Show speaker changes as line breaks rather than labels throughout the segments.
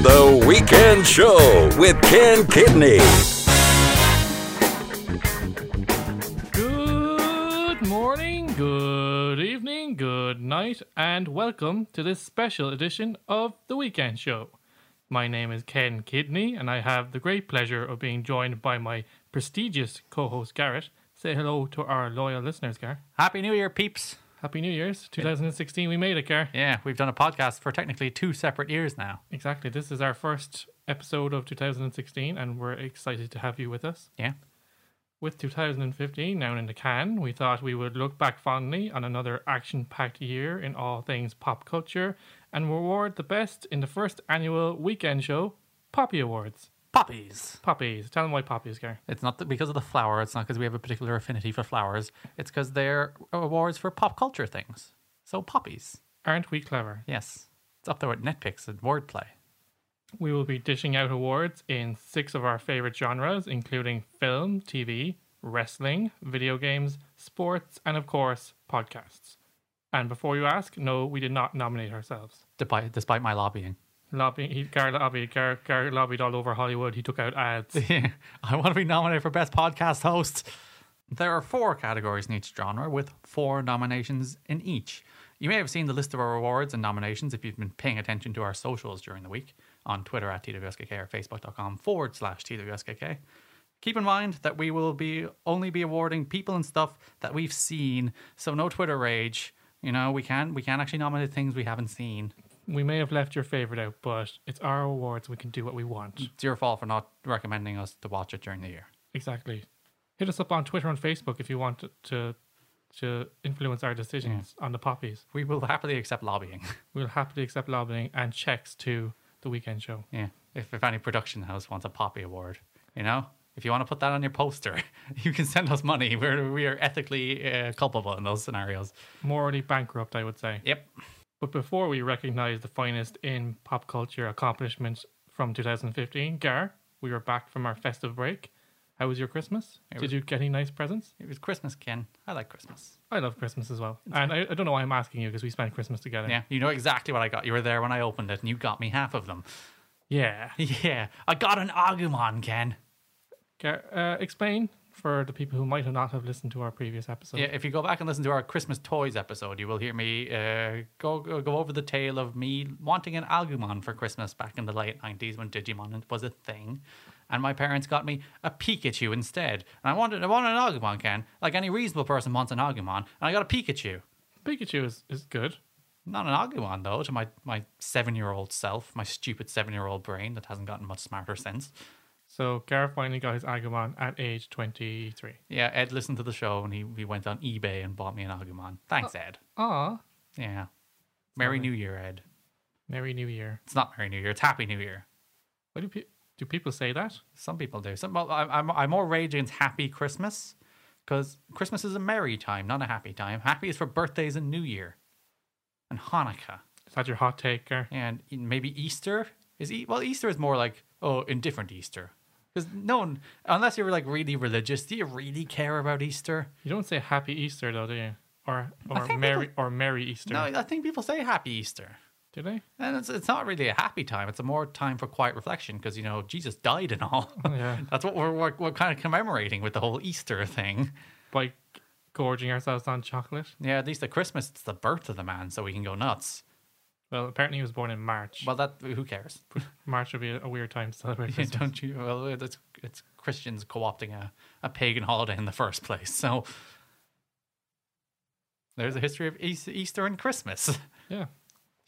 The Weekend Show with Ken Kidney.
Good morning, good evening, good night, and welcome to this special edition of The Weekend Show. My name is Ken Kidney, and I have the great pleasure of being joined by my prestigious co host Garrett. Say hello to our loyal listeners, Gar.
Happy New Year, peeps.
Happy New Year's 2016. We made it, Gar.
Yeah, we've done a podcast for technically two separate years now.
Exactly. This is our first episode of 2016, and we're excited to have you with us.
Yeah.
With 2015 now in the can, we thought we would look back fondly on another action packed year in all things pop culture and reward the best in the first annual weekend show, Poppy Awards.
Poppies.
Poppies. Tell them why poppies, Gary.
It's not that because of the flower, it's not because we have a particular affinity for flowers, it's because they're awards for pop culture things. So, poppies.
Aren't we clever?
Yes. It's up there with Netflix and wordplay.
We will be dishing out awards in six of our favorite genres, including film, TV, wrestling, video games, sports, and of course, podcasts. And before you ask, no, we did not nominate ourselves.
Despite, despite my lobbying.
Lobby, he, Gar lobbied, Gar, Gar lobbied all over Hollywood. He took out ads.
I want to be nominated for Best Podcast Host. There are four categories in each genre, with four nominations in each. You may have seen the list of our awards and nominations if you've been paying attention to our socials during the week on Twitter at TWSKK or Facebook.com forward slash TWSKK. Keep in mind that we will be only be awarding people and stuff that we've seen, so no Twitter rage. You know, we can we can actually nominate things we haven't seen.
We may have left your favorite out, but it's our awards. We can do what we want.
It's your fault for not recommending us to watch it during the year.
Exactly. Hit us up on Twitter and Facebook if you want to to influence our decisions on the poppies.
We will happily accept lobbying.
We'll happily accept lobbying and checks to the weekend show.
Yeah. If, if any production house wants a poppy award, you know, if you want to put that on your poster, you can send us money. We're, we are ethically uh, culpable in those scenarios.
Morally bankrupt, I would say.
Yep.
But before we recognize the finest in pop culture accomplishments from 2015, Gar, we were back from our festive break. How was your Christmas?
It
Did
was-
you get any nice presents?
It was Christmas, Ken. I like Christmas.
I love Christmas as well. And I, I don't know why I'm asking you because we spent Christmas together.
Yeah. You know exactly what I got. You were there when I opened it and you got me half of them.
Yeah.
Yeah. I got an Agumon, Ken.
Gar, uh, explain for the people who might have not have listened to our previous episode.
Yeah, if you go back and listen to our Christmas toys episode, you will hear me uh, go go go over the tale of me wanting an Agumon for Christmas back in the late nineties when Digimon was a thing, and my parents got me a Pikachu instead. And I wanted I wanted an Agumon, Ken, like any reasonable person wants an Agumon, and I got a Pikachu.
Pikachu is, is good.
Not an Agumon though, to my my seven year old self, my stupid seven year old brain that hasn't gotten much smarter since.
So Gar finally got his Agumon at age 23.
Yeah, Ed listened to the show and he, he went on eBay and bought me an Agumon. Thanks, Ed.
Ah,
Yeah. Merry New Year, Ed.
Merry New Year.
It's not Merry New Year. It's Happy New Year.
What do, pe- do people say that?
Some people do. Some. Well, I- I'm I'm more rage against Happy Christmas because Christmas is a merry time, not a happy time. Happy is for birthdays and New Year, and Hanukkah,
Is that your hot take, Gar?
and e, maybe Easter is. E- well, Easter is more like oh, indifferent Easter. Because no one, unless you're like really religious, do you really care about Easter?
You don't say Happy Easter though, do you? Or or
think
Merry or Merry Easter?
No, I think people say Happy Easter.
Do they?
And it's, it's not really a happy time. It's a more time for quiet reflection because, you know, Jesus died and all.
Yeah.
That's what we're, we're, we're kind of commemorating with the whole Easter thing.
By gorging ourselves on chocolate.
Yeah, at least at Christmas, it's the birth of the man, so we can go nuts.
Well, apparently he was born in March.
Well, that who cares?
March would be a weird time to celebrate Christmas.
Don't you? Well, it's, it's Christians co opting a, a pagan holiday in the first place. So there's a history of Eas- Easter and Christmas.
Yeah.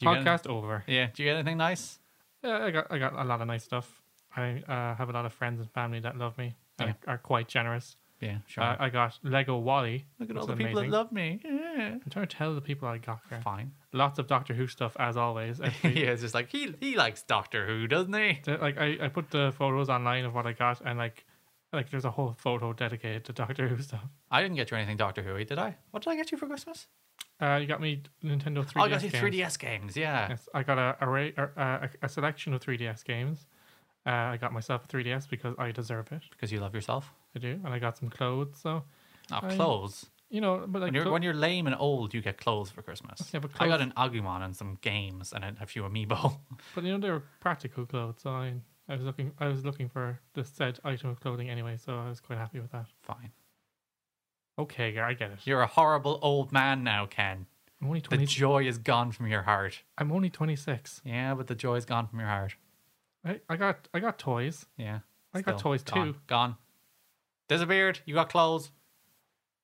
You get-
Podcast over.
Yeah, do you get anything nice?
Yeah, I got I got a lot of nice stuff. I uh, have a lot of friends and family that love me and
Yeah.
are quite generous.
Yeah, sure.
Uh, I got Lego Wally.
Look at
which is
all the people
amazing.
that love me. Yeah.
I'm trying to tell the people I got there.
Fine.
Lots of Doctor Who stuff as always. Every-
yeah, it's just like he he likes Doctor Who, doesn't he?
the- like I, I put the photos online of what I got and like like there's a whole photo dedicated to Doctor Who stuff.
I didn't get you anything Doctor Who, did I? What did I get you for Christmas?
Uh, you got me Nintendo 3DS.
Oh, I got you
games.
3DS games. Yeah.
Yes, I got a array, or, uh, a, a selection of 3DS games. Uh, I got myself a 3DS because I deserve it.
Because you love yourself.
I do, and I got some clothes. So
Oh,
I-
clothes.
you know, but like
When you're,
clo-
when you're lame and old, you get clothes for Christmas.
Yeah, but
I got
clothes-
an Agumon and some games and a, a few amiibo.
but you know they were practical clothes. So I, I was looking, I was looking for the said item of clothing anyway, so I was quite happy with that.
Fine.
Okay, yeah, I get it.
You're a horrible old man now, Ken.
I'm only
The
twenty.
joy is gone from your heart.
I'm only twenty six.
Yeah, but the joy is gone from your heart.
I, I got, I got toys.
Yeah.
I got toys
gone,
too.
Gone. Disappeared. You got clothes.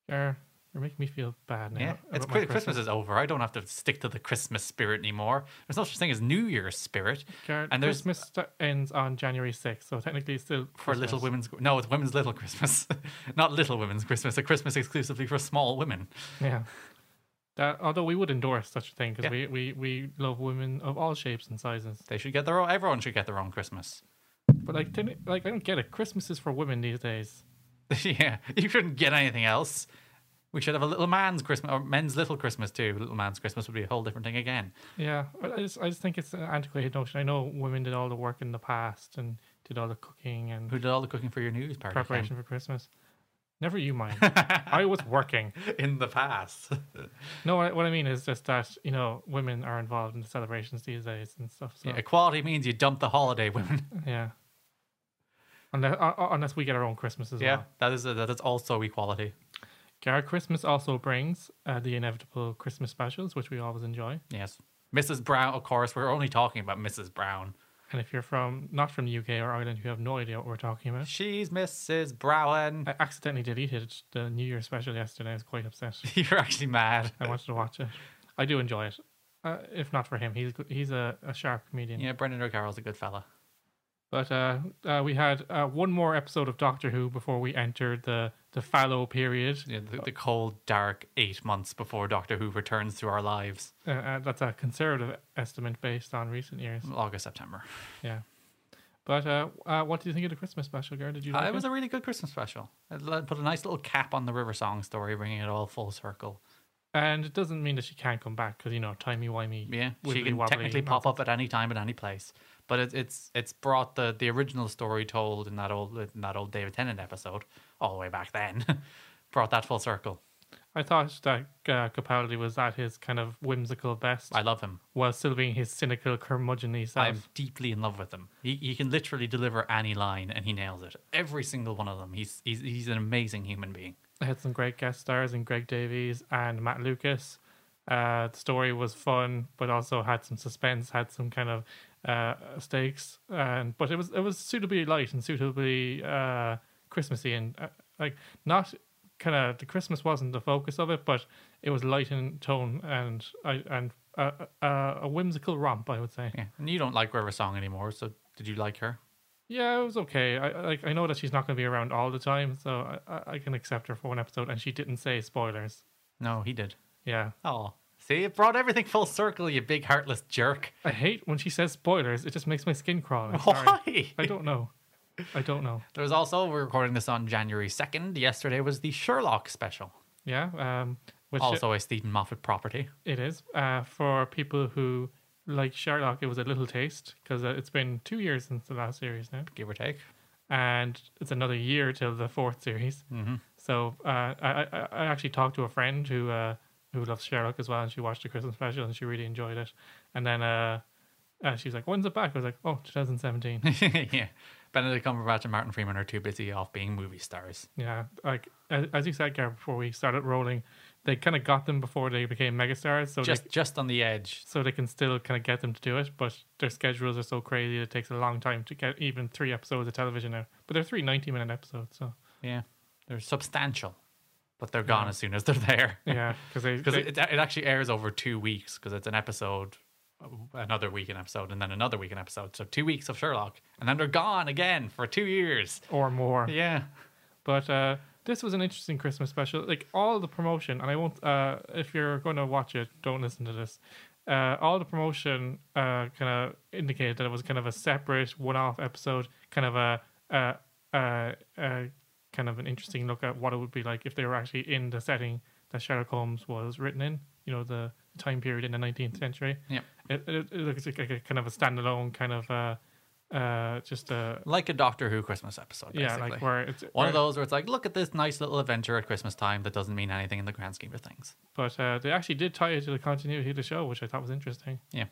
You're, you're making me feel bad now.
Yeah. It's
about my
Christmas. Christmas is over. I don't have to stick to the Christmas spirit anymore. There's no such thing as New Year's spirit.
Garrett,
And there's-
Christmas st- ends on January sixth, so technically it's still
for
Christmas.
Little Women's. No, it's Women's Little Christmas, not Little Women's Christmas. A Christmas exclusively for small women.
Yeah. That, although we would endorse such a thing because we,
Yeah.
we, we love women of all shapes and sizes.
They should get their own. Everyone should get their own Christmas.
But like, didn't it- like I don't get it. Christmas is for women these days.
yeah, you shouldn't get anything else. We should have a little man's Christmas or men's little Christmas too. Little man's Christmas would be a whole different thing again.
Yeah, but I just I just think it's an antiquated notion. I know women did all the work in the past and did all the cooking and
Who did all the cooking for your news party? Ken?
preparation for Christmas. Never you mind. I was working.
in the past.
No, what I- what I mean is just that you know women are involved in the celebrations these days and stuff. So
Yeah,
yeah,
equality means you dump the holiday women.
unless uh, unless we get our own Christmas as
Yeah,
well.
that is that is also equality.
Gar Christmas also brings uh, the inevitable Christmas specials, which we always enjoy.
Yes, Mrs. Brown. Of course, we're only talking about Mrs. Brown.
And if you're from not from the UK or Ireland, you have no idea what we're talking about.
She's Mrs. Brown.
I accidentally deleted the New Year special yesterday. I was quite upset.
You're actually mad.
I wanted to watch it. I do enjoy it. Uh, if not for him, he's good- he's a, a sharp comedian.
Yeah, Brendan O'Carroll's a good fella.
But uh, uh, we had uh, one more episode of Doctor Who before we entered the the fallow period.
Yeah, the, the cold, dark eight months before Doctor Who returns to our lives,
Uh, uh, that's a conservative estimate based on recent years.
August, September.
Yeah. But uh, uh, what do you think of the Christmas special, Gar? Did you?
Uh,
like
it was a really good Christmas special. It le- put a nice little cap on the River Song story, bringing it all full circle.
And it doesn't mean that she can't come back because you know timey wimey.
Yeah, she can technically pop up at any time, at any place. But it, it's it's brought the, the original story told in that old in that old David Tennant episode all the way back then, brought that full circle.
I thought that uh, Capaldi was at his kind of whimsical best,
I love him.
while still being his cynical, curmudgeonly self.
I'm deeply in love with him. He, he can literally deliver any line and he nails it. Every single one of them. He's he's, he's an amazing human being.
I had some great guest stars in Greg Davies and Matt Lucas. Uh, the story was fun, but also had some suspense, had some kind of uh, stakes, and but it was it was suitably light and suitably uh, Christmassy and uh, like not kind of the Christmas wasn't the focus of it, but it was light in tone and I and uh, uh, a whimsical romp, I would say.
Yeah. And you don't like River Song anymore, so did you like her?
Yeah, it was okay. I I- like I know that she's not going to be around all the time, so I- I, I can accept her for one episode, and she didn't say spoilers.
No, he did.
Yeah,
Oh. See, it brought everything full circle, you big heartless jerk.
I hate when she says spoilers. It just makes my skin crawl. I'm sorry.
Why?
I don't know. I don't know.
There was also we're recording this on January second. Yesterday was the Sherlock special.
Yeah. Um. Which
Also a Stephen Moffat property.
it is. Uh, for people who like Sherlock, it was a little taste because uh, it's been two years since the last series now,
Give or take.
and it's another year till the fourth series. Mm-hmm. So uh, I, I I actually talked to a friend who uh who loves Sherlock as well, and she watched the Christmas special and she really enjoyed it. And then uh, uh she was like, "When's it back?" I was like, "Oh, 2017."
yeah. Benedict Cumberbatch and Martin Freeman are too busy off being movie stars.
Yeah, like as, as you said, Gareth, before we started rolling, they kind of got them before they became megastars, so
Just
they,
just on the edge.
so they can still kind of get them to do it. But their schedules are so crazy; it takes a long time to get even three episodes of television out. But they're three 90-minute episodes, so
Yeah, they're substantial, but they're gone as soon as they're there.
yeah, because they,
Because
they-
it, it actually airs over two weeks because it's an episode, another week an episode, and then another week an episode. So two weeks of Sherlock, and then they're gone again for two years.
or more.
Yeah,
But uh, this was an interesting Christmas special. Like all the promotion, and I won't. Uh, if you're going to watch it, don't listen to this. Uh, all the promotion uh, kind of indicated that it was kind of a separate one-off episode, kind of a uh, uh, uh, kind of an interesting look at what it would be like if they were actually in the setting that Sherlock Holmes was written in. You know, the time period in the 19th century.
Yep.
It, it, it looks like a kind of a standalone kind of uh, uh, just a
Like a Doctor Who Christmas episode,
yeah,
basically.
like where it's
One
where-
of those where it's like, look at this nice little adventure at Christmas time that doesn't mean anything in the grand scheme of things.
But uh, they actually did tie it to the continuity of the show, which I thought was interesting.
Yeah.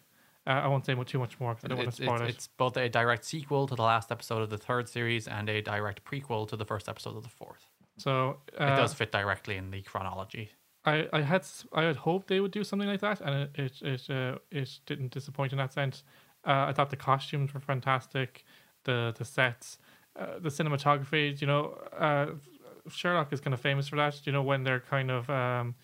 Uh, I won't say much, too much more because I don't want to
It's,
spoil
it's,
it.
it's both a direct sequel to the last episode of the third series and a direct prequel to the first episode of the fourth.
so uh,
It does fit directly in the chronology.
I, I had s- I had hoped they would do something like that, and it it it, uh, it didn't disappoint in that sense. Uh, I thought the costumes were fantastic, the the sets, uh, the cinematography. You know, uh, Sherlock is kind of famous for that. You know, when they're kind of um,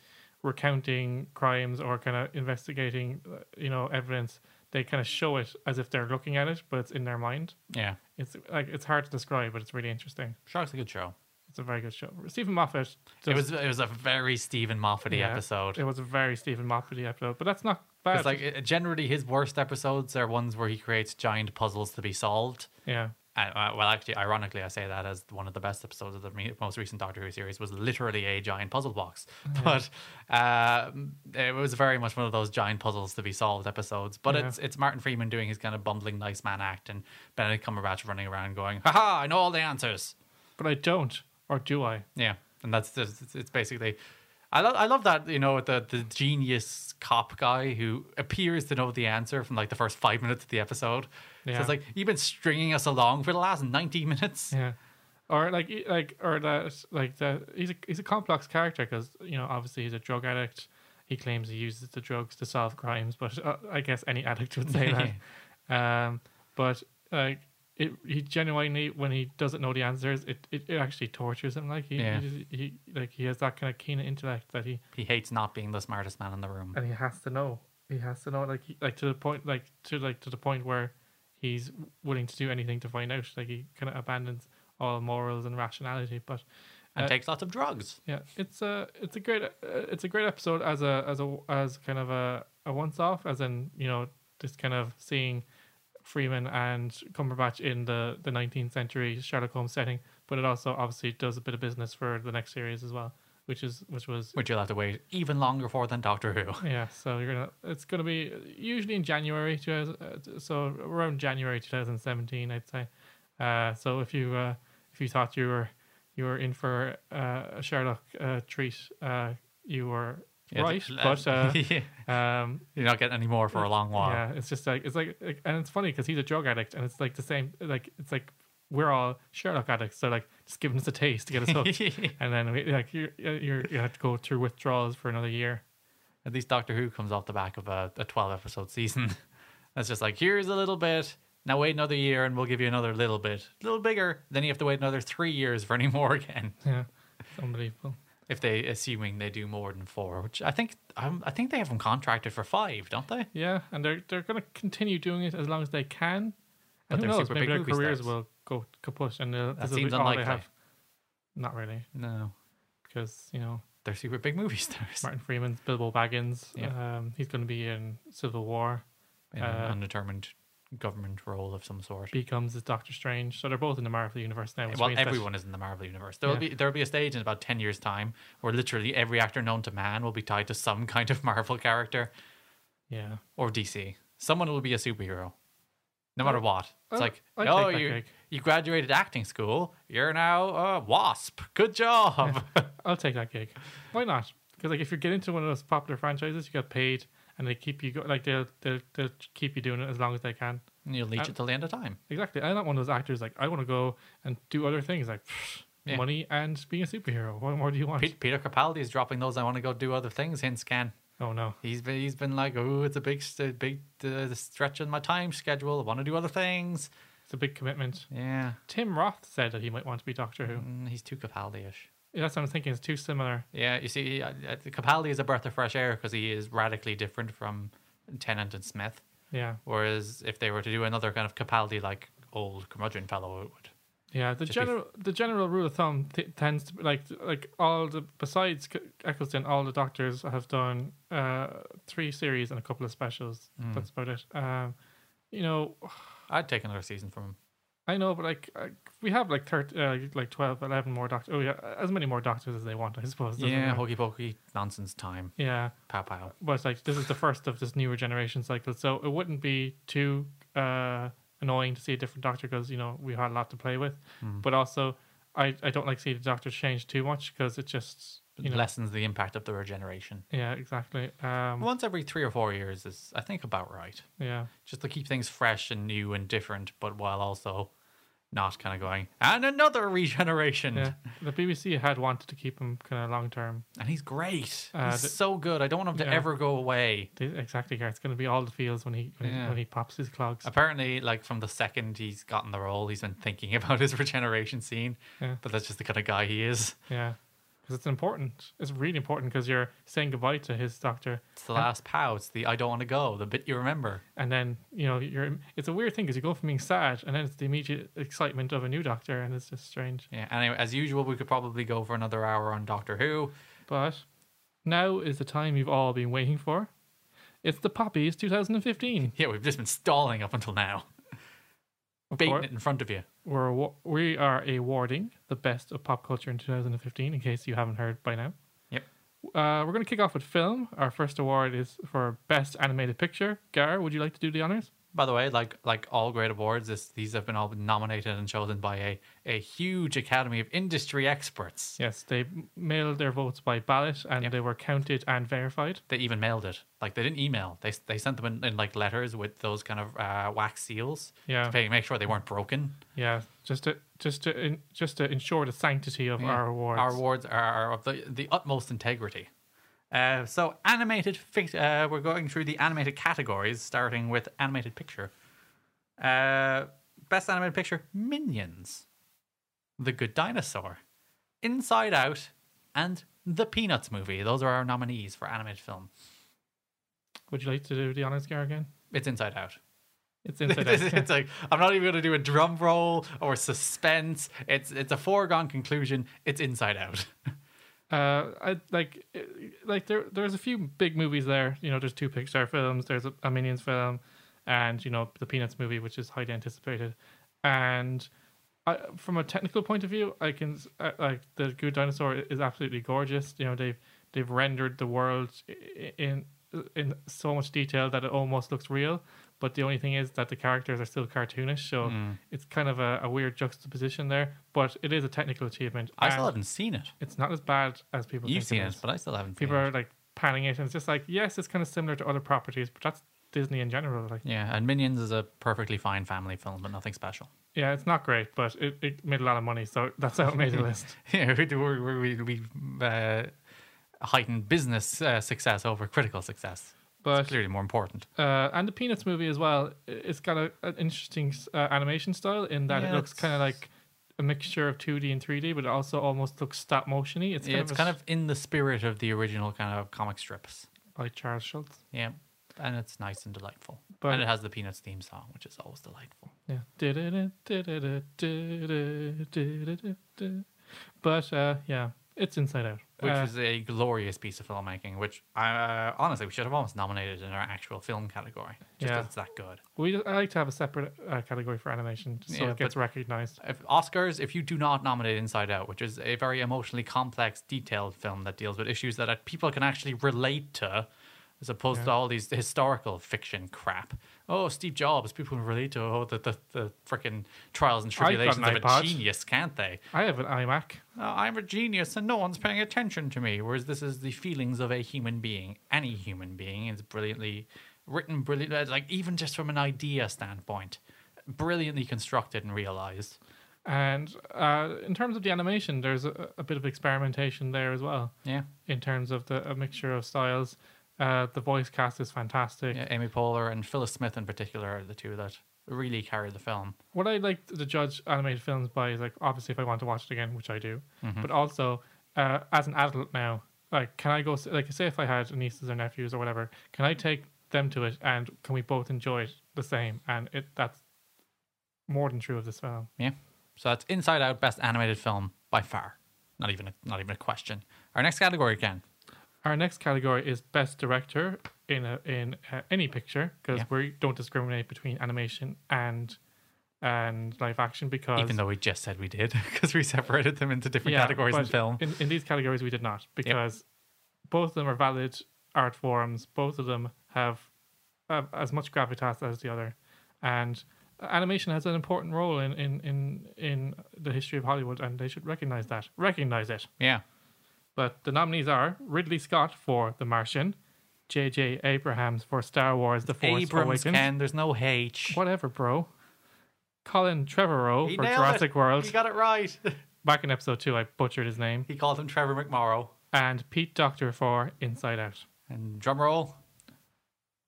recounting crimes or kind of investigating, uh, you know, evidence, they kind of show it as if they're looking at it, but it's in their mind.
Yeah.
It's like it's hard to describe, but it's really interesting.
Shark's a good show.
It's a very good show. Stephen Moffat.
It
does-
was it was a very Stephen Moffat
yeah,
episode.
It was a very Stephen Moffat episode, but that's not bad.
It's like it- generally his worst episodes are ones where he creates giant puzzles to be solved.
yeah,
And, uh, well, actually, ironically, I say that as one of the best episodes of the me- most recent Doctor Who series was literally a giant puzzle box.
Mm-hmm.
But uh, it was very much one of those giant puzzles to be solved episodes. But
Yeah.
it's it's Martin Freeman doing his kind of bumbling nice man act and Benedict Cumberbatch running around going, haha, I know all the answers.
but I don't, or do I?
Yeah, and that's just it's- it's basically. I love I love that you know the the genius cop guy who appears to know the answer from like the first five minutes of the episode. So
Yeah.
it's like you've been stringing us along for the last ninety minutes.
Yeah, or like e- like or that like that. He's a he's a complex character because you know obviously he's a drug addict. He claims he uses the drugs to solve crimes, but uh, I guess any addict would say that. Um, but like. It, he genuinely, when he doesn't know the answers, it, it, it actually tortures him. Like he,
Yeah.
he, he like he has that kind of keen intellect that he
He hates not being the smartest man in the room.
and he has to know. He has to know, like, he, like to the point, like to like to the point where he's willing to do anything to find out. Like he kind of abandons all morals and rationality. But
and
Uh,
takes lots of drugs.
yeah, it's a it's a great uh, it's a great episode as a as a as kind of a, a once off, as in you know just kind of seeing Freeman and Cumberbatch in the the nineteenth century Sherlock Holmes setting. But it also obviously does a bit of business for the next series as well, which is which was
Which you'll have to wait even longer for than Doctor Who.
yeah, so you're gonna. It's gonna be usually in January, 2000, uh, so around January 2017, I'd say. Uh, so if you uh, if you thought you were you were in for uh, a Sherlock uh, treat, uh, you were right. But uh,
Yeah.
um,
you're not getting any more for a long while.
yeah, it's just like it's like, like- and it's funny because he's a drug addict, and it's like the same. Like it's like we're all Sherlock addicts, so like just giving us a taste to get us hooked, and then we, like you you're, you have to go through withdrawals for another year.
At least Doctor Who comes off the back of a, a 12 episode season. That's just like, here's a little bit. Now wait another year and we'll give you another little bit. A little bigger. Then you have to wait another three years for any more again.
Yeah, it's unbelievable.
If they, assuming they do more than four, which I think, um, I think they have them contracted for five, don't they?
Yeah, and they're they're going to continue doing it as long as they can.
But
And who
they're
knows?
super
Maybe
big
their
movie
careers
stars.
will go kaput, and they'll-
That
this will
seems
be all they
unlikely.
have. Not really,
No,
because you know
they're super big movie stars.
Martin Freeman's Bilbo Baggins.
Yeah.
Um, he's going to be in Civil War.
In
uh,
an undetermined government role of some sort.
Becomes as Doctor Strange. So they're both in the Marvel universe now. which
well,
means that-
everyone is in the Marvel universe. There will
Yeah.
be there will be a stage in about ten years' time where literally every actor known to man will be tied to some kind of Marvel character
yeah.
or DC. Someone will be a superhero, no matter what. It's
I'll-
like,
I'll
oh,
take that
you
gig."
you graduated acting school. You're now a wasp. Good job.
I'll take that gig. Why not? Because like if you get into one of those popular franchises, you get paid, and they keep you go- like they'll they'll they'll keep you doing it as long as they can.
and you'll leech it till the end of time.
Exactly. I'm not one of those actors like I want to go and do other things like pfft,
Yeah.
money and being a superhero. What more do you want?
Pe- Peter Capaldi is dropping those. I want to go do other things. Hint scan.
oh no.
He's been he's been like, oh, it's a big st- big uh, stretch in my time schedule. I want to do other things.
It's a big commitment.
Yeah,
Tim Roth said that he might want to be Doctor Who.
Mm, he's too Capaldi-ish.
Yeah, that's what I'm thinking. It's too similar.
Yeah, you see, uh, uh, Capaldi is a breath of fresh air because he is radically different from Tennant and Smith.
Yeah.
Whereas if they were to do another kind of Capaldi like old curmudgeon fellow, it would.
Yeah, the
Just be-
general the general rule of thumb t- tends to be like like all the besides C- Eccleston, all the doctors have done uh, three series and a couple of specials.
Mm.
That's about it. Um, you know,
I'd take another season from him.
I know, but like uh, we have like 13, uh, like 12, 11 more doctors. Oh yeah, as many more doctors as they want, I suppose. doesn't
Yeah,
it?
hokey pokey nonsense time.
yeah.
Pow pow.
But like this is the first of this newer generation cycle, so it wouldn't be too uh, annoying to see a different doctor because you know we had a lot to play with. But also, I I don't like seeing the doctor change too much because it just you know
lessens the impact of the regeneration.
yeah exactly um
Once every three or four years is, I think, about right.
yeah
Just to keep things fresh and new and different, but while also not kind of going, and another regeneration.
yeah the BBC had wanted to keep him kind of long term.
And he's great.
Uh,
he's
the-
so good. I don't want him to
Yeah.
ever go away.
They- Exactly, yeah. It's going to be all the feels when he when,
Yeah.
he, when he pops his clogs.
Apparently, like from the second he's gotten the role, he's been thinking about his regeneration scene.
Yeah.
But that's just the kind of guy he is.
Yeah, because it's important. It's really important because you're saying goodbye to his doctor,
It's the last pow. It's the I don't want to go. The bit you remember.
and then you know you're. It's a weird thing because you go from being sad, and then it's the immediate excitement of a new doctor, and it's just strange.
Yeah. Anyway, as usual, we could probably go for another hour on Doctor Who.
But now is the time you've all been waiting for. It's the Poppies 2015.
Yeah, we've just been stalling up until now,
Of
baiting
course,
it in front of you.
We're awa- we are awarding the best of pop culture in 2015. In case you haven't heard by now.
Yep.
Uh, we're going to kick off with film. Our first award is for Best Animated Picture. Gar, would you like to do the honors?
By the way, like like all great awards, this, these have been all nominated and chosen by a a huge academy of industry experts.
Yes, they mailed their votes by ballot and
Yep.
they were counted and verified.
They even mailed it. Like they didn't email. They they sent them in, in like letters with those kind of uh, wax seals
Yeah.
to pay, make sure they weren't broken.
Yeah, just to just to in, just to ensure the sanctity of our awards.
Our awards are, are of the, the utmost integrity. Uh, so animated, fi- uh, we're going through the animated categories, starting with animated picture. Uh, best animated picture: Minions, The Good Dinosaur, Inside Out, and The Peanuts Movie. Those are our nominees for animated film.
Would you like to do the honors, Gar? Again,
It's Inside Out.
it's inside
it's,
out.
it's like I'm not even going to do a drum roll or suspense. It's it's a foregone conclusion. It's Inside Out.
Uh, I like uh, like there there's a few big movies there. You know, there's two Pixar films. There's a, a Minions film, and you know the Peanuts movie, which is highly anticipated. And I, from a technical point of view, I can s- uh, like the Good Dinosaur is absolutely gorgeous. You know, they've they've rendered the world i- in in so much detail that it almost looks real. But the only thing is that the characters are still cartoonish, so it's kind of a, a weird juxtaposition there. But it is a technical achievement.
I still
and-
haven't seen it.
it's not as bad as people
You've
think
seen
it
it,
is.
but I still haven't.
people
seen it.
are like panning it and it's just like yes it's kind of similar to other properties but that's disney in general like
Yeah, and Minions is a perfectly fine family film, but nothing special.
yeah it's not great but it, it made a lot of money so that's how it made the list
Yeah, we we, we, we uh, heightened business uh, success over critical success.
but
It's clearly more important.
uh and the peanuts movie as well i- it's got a, an interesting uh, animation style in that
Yeah,
it looks
it's-
kind of like a mixture of 2d and 3d but it also almost looks stop motiony it's kind
Yeah,
of
it's
a
kind
s-
of in the spirit of the original kind of comic strips.
like charles schultz
Yeah, and it's nice and delightful.
But-
and it has the Peanuts theme song, which is always delightful.
Yeah. Du-du-du-du-du-du-du-du-du. But uh, yeah, it's Inside Out.
Which
Uh,
is a glorious piece of filmmaking, which uh, honestly we should have almost nominated in our actual film category. Just 'cause
Yeah.
it's that good.
we I like to have a separate uh, category for animation, just so
Yeah,
it gets
but-
recognized.
if Oscars, if you do not nominate Inside Out, which is a very emotionally complex, detailed film that deals with issues that uh, people can actually relate to, as opposed to all these historical fiction crap. Oh, Steve Jobs, people can relate to oh, the, the, the freaking trials and
I've got an
tribulations of a
iPod.
genius, can't they?
I have an iMac.
Uh, I'm a genius and no one's paying attention to me. Whereas this is the feelings of a human being, any human being. It's brilliantly written, brilliant, uh, like even just from an idea standpoint, brilliantly constructed and realized.
And uh, in terms of the animation, there's a, a bit of experimentation there as well.
Yeah.
In terms of the a mixture of styles, uh, the voice cast is fantastic.
Yeah, Amy Poehler and Phyllis Smith in particular are the two that really carry the film.
what I like to judge animated films by is like obviously if I want to watch it again, which I do,
Mm-hmm.
but also uh, as an adult now, like can I go s- like say if I had nieces or nephews or whatever, can I take them to it and can we both enjoy it the same? And it that's more than true of this film.
Yeah. So that's Inside Out best animated film by far. Not even a, not even a question. Our next category again.
Our next category is best director in a, in uh, any picture because
Yeah.
we don't discriminate between animation and and live action because
Even though we just said we did because we separated them into different categories in
but
film.
In, in these categories, we did not because both of them are valid art forms. Both of them have, have as much gravitas as the other, and animation has an important role in, in, in, in the history of Hollywood, and they should recognize that. Recognize it.
Yeah.
But the nominees are Ridley Scott for The Martian, J.J. Abrahams for Star Wars: The Force
Abrams,
Awakens.
Ken. There's no H.
Whatever, bro. Colin Trevorrow
He
for
nailed
Jurassic
it.
World.
He got it right.
Back in episode two, I butchered his name.
he called him Trevor McMorrow.
And Pete Doctor for Inside Out.
And drum roll,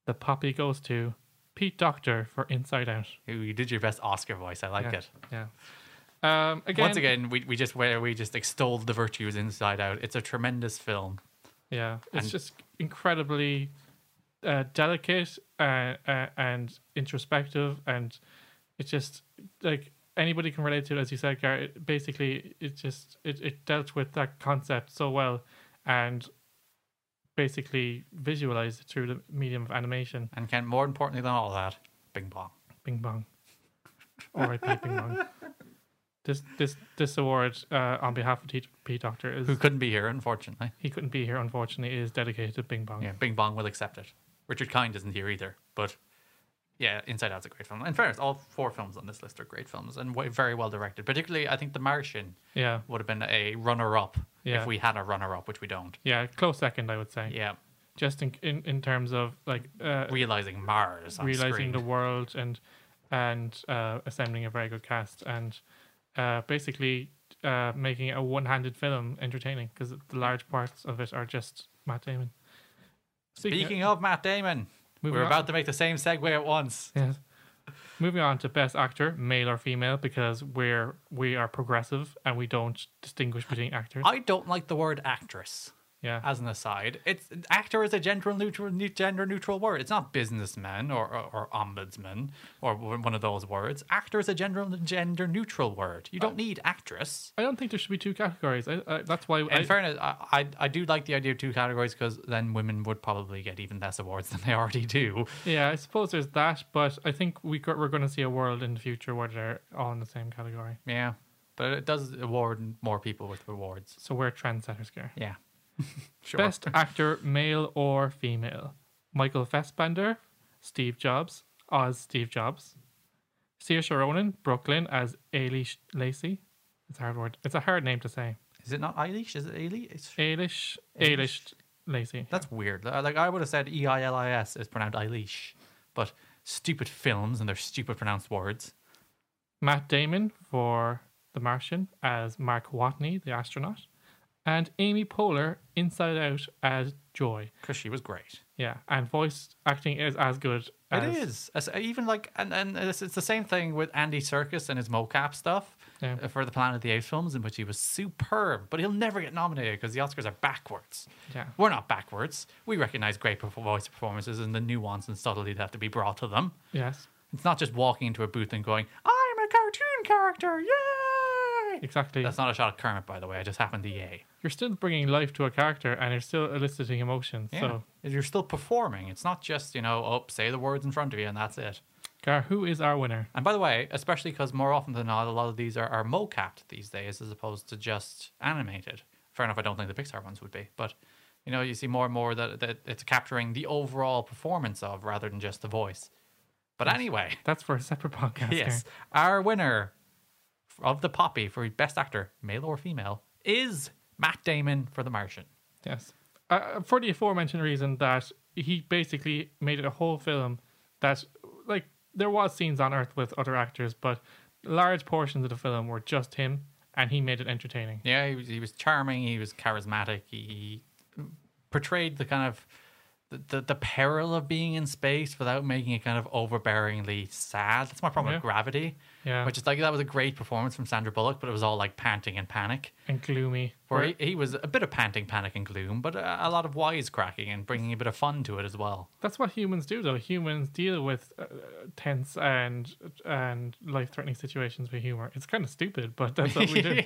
The poppy goes to Pete Doctor for Inside Out.
you you did your best Oscar voice. I like
Yeah.
it.
Yeah. Um, again,
Once again, we, we just where we just extolled the virtues inside out. It's a tremendous film.
Yeah, it's
And-
just incredibly uh, delicate uh, uh, and introspective, and it's just like anybody can relate to it. As you said, Gary, It- basically, it just it, it dealt with that concept so well, and basically visualized it through the medium of animation.
And Ken, more importantly than all that, Bing Bong.
Bing bong. R.I.P. Bing bong. This this this award uh, on behalf of T- P Doctor is
Who couldn't be here, unfortunately.
he couldn't be here unfortunately is dedicated to Bing Bong.
Yeah, Bing Bong will accept it. Richard Kind isn't here either, but yeah, Inside Out's a great film. In fairness, all four films on this list are great films and w- very well directed. Particularly, I think The Martian
yeah.
would have been a runner-up
Yeah.
if we had a runner-up, which we don't.
Yeah, close second, I would say.
Yeah,
Just in, in in terms of like uh,
realizing Mars on
realizing
screen.
the world and and uh, assembling a very good cast and uh, basically uh, making a one-handed film entertaining because the large parts of it are just Matt Damon.
Speaking of Matt Damon, we
Moving
were
on.
about to make the same segue at once.
Yes. Moving on to best actor, male or female, because we're we are progressive and we don't distinguish between actors.
I don't like the word actress.
yeah.
As an aside, it's actor is a gender neutral gender neutral word. It's not businessman or, or, or ombudsman or one of those words. Actor is a gender gender neutral word. You don't need actress.
I don't think there should be two categories. I, I, that's why
In
I,
fairness, I, I I do like the idea of two categories because then women would probably get even less awards than they already do.
Yeah, I suppose there's that, but I think we go- we're going to see a world in the future where they're all in the same category.
Yeah, but it does award more people with awards.
So we're trendsetters here.
Yeah, sure.
Best actor, male or female? Michael Fassbender, Steve Jobs, Oz Steve Jobs, Saoirse Ronan, Brooklyn as Ailish Lacey. It's a hard word. It's a hard name to say.
Is it not Eilish? Is it Eilish? It's-
Ailish, Ailish Lacey.
That's weird. Uh, Like I would have said E I L I S is pronounced Eilish, but stupid films and their stupid pronounced words.
Matt Damon for The Martian as Mark Watney, the astronaut, and Amy Poehler, Inside Out as Joy.
Because she was great.
Yeah, and voice acting is as good. As,
it is As- even like and and it's, it's the same thing with Andy Circus and his mocap stuff
Yeah.
uh, for the Planet of the Apes films in which he was superb, but he'll never get nominated because the Oscars are backwards.
Yeah.
we're not backwards. We recognize great perf- voice performances and the nuance and subtlety that have to be brought to them.
Yes,
It's not just walking into a booth and going, "I'm a cartoon character, yay!"
exactly.
That's not a shot at Kermit, by the way. I just happened to yay.
You're still bringing life to a character, and you're still eliciting emotions.
So
So,
you're still performing. It's not just you know, oh, say the words in front of you and that's it.
Gar, who is our winner?
And by the way, especially because more often than not, a lot of these are, are mocapped these days as opposed to just animated. Fair enough, I don't think the Pixar ones would be, but you know, you see more and more that, that it's capturing the overall performance of rather than just the voice. But anyway,
That's for a separate podcast.
yes, our winner of the Poppy for Best Actor, male or female, is Matt Damon for The Martian.
Gar. Yes. Uh, for the aforementioned reason that he basically made it a whole film that, like, there was scenes on Earth with other actors, but large portions of the film were just him, and he made it entertaining.
Yeah, he was, he was charming. He was charismatic. He, he portrayed the kind of the, the, the peril of being in space without making it kind of overbearingly sad. That's my problem
Yeah.
with Gravity.
Yeah.
which is like that was a great performance from Sandra Bullock, but it was all like panting and panic.
And gloomy.
Where he, he was a bit of panting, panic, and gloom, but a, a lot of wisecracking and bringing a bit of fun to it as well.
That's what humans do, though. Humans deal with uh, tense and and life threatening situations with humor. It's kind of stupid, but that's what we do.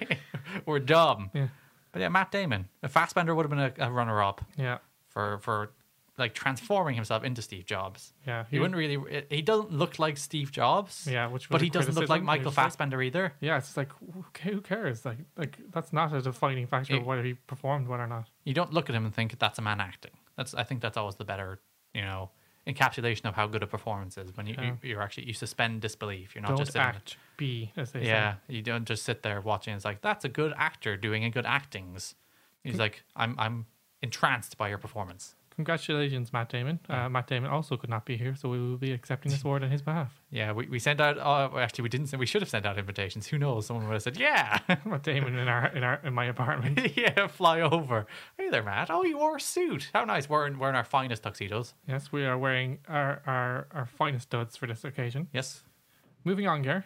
We're dumb.
Yeah.
But yeah, Matt Damon. Fassbender would have been a, a runner up.
Yeah,
for for like transforming himself into Steve Jobs.
Yeah,
he,
he-
wouldn't really. He doesn't look like Steve Jobs.
Yeah, which was
but
a
he doesn't look like
criticism,
Michael
usually.
Fassbender either.
yeah. It's just like who ca- who cares? Like like that's not a defining factor of
It-
whether he performed well or not.
You don't look at him and think that's a man acting. That's I think that's always the better you know encapsulation of how good a performance is when you, you you're actually you suspend disbelief. You're not just
Don't
sitting
act, be, as they
yeah, you don't just sit there watching. It's like that's a good actor doing a good actings. He's like, I'm I'm entranced by your performance.
say. Congratulations, Matt Damon. Uh, Matt Damon also could not be here, so we will be accepting this award on his behalf.
Yeah, we, we sent out. Uh, well, actually, we didn't. Send, we should have sent out invitations. Who knows? Someone would have said, "Yeah,
Matt Damon in our in our in my apartment.
yeah, fly over." Hey there, Matt. Oh, you wore a suit. How nice. We're in, we're in our finest tuxedos.
Yes, we are wearing our our, our finest duds for this occasion.
Yes.
Moving on, Gar,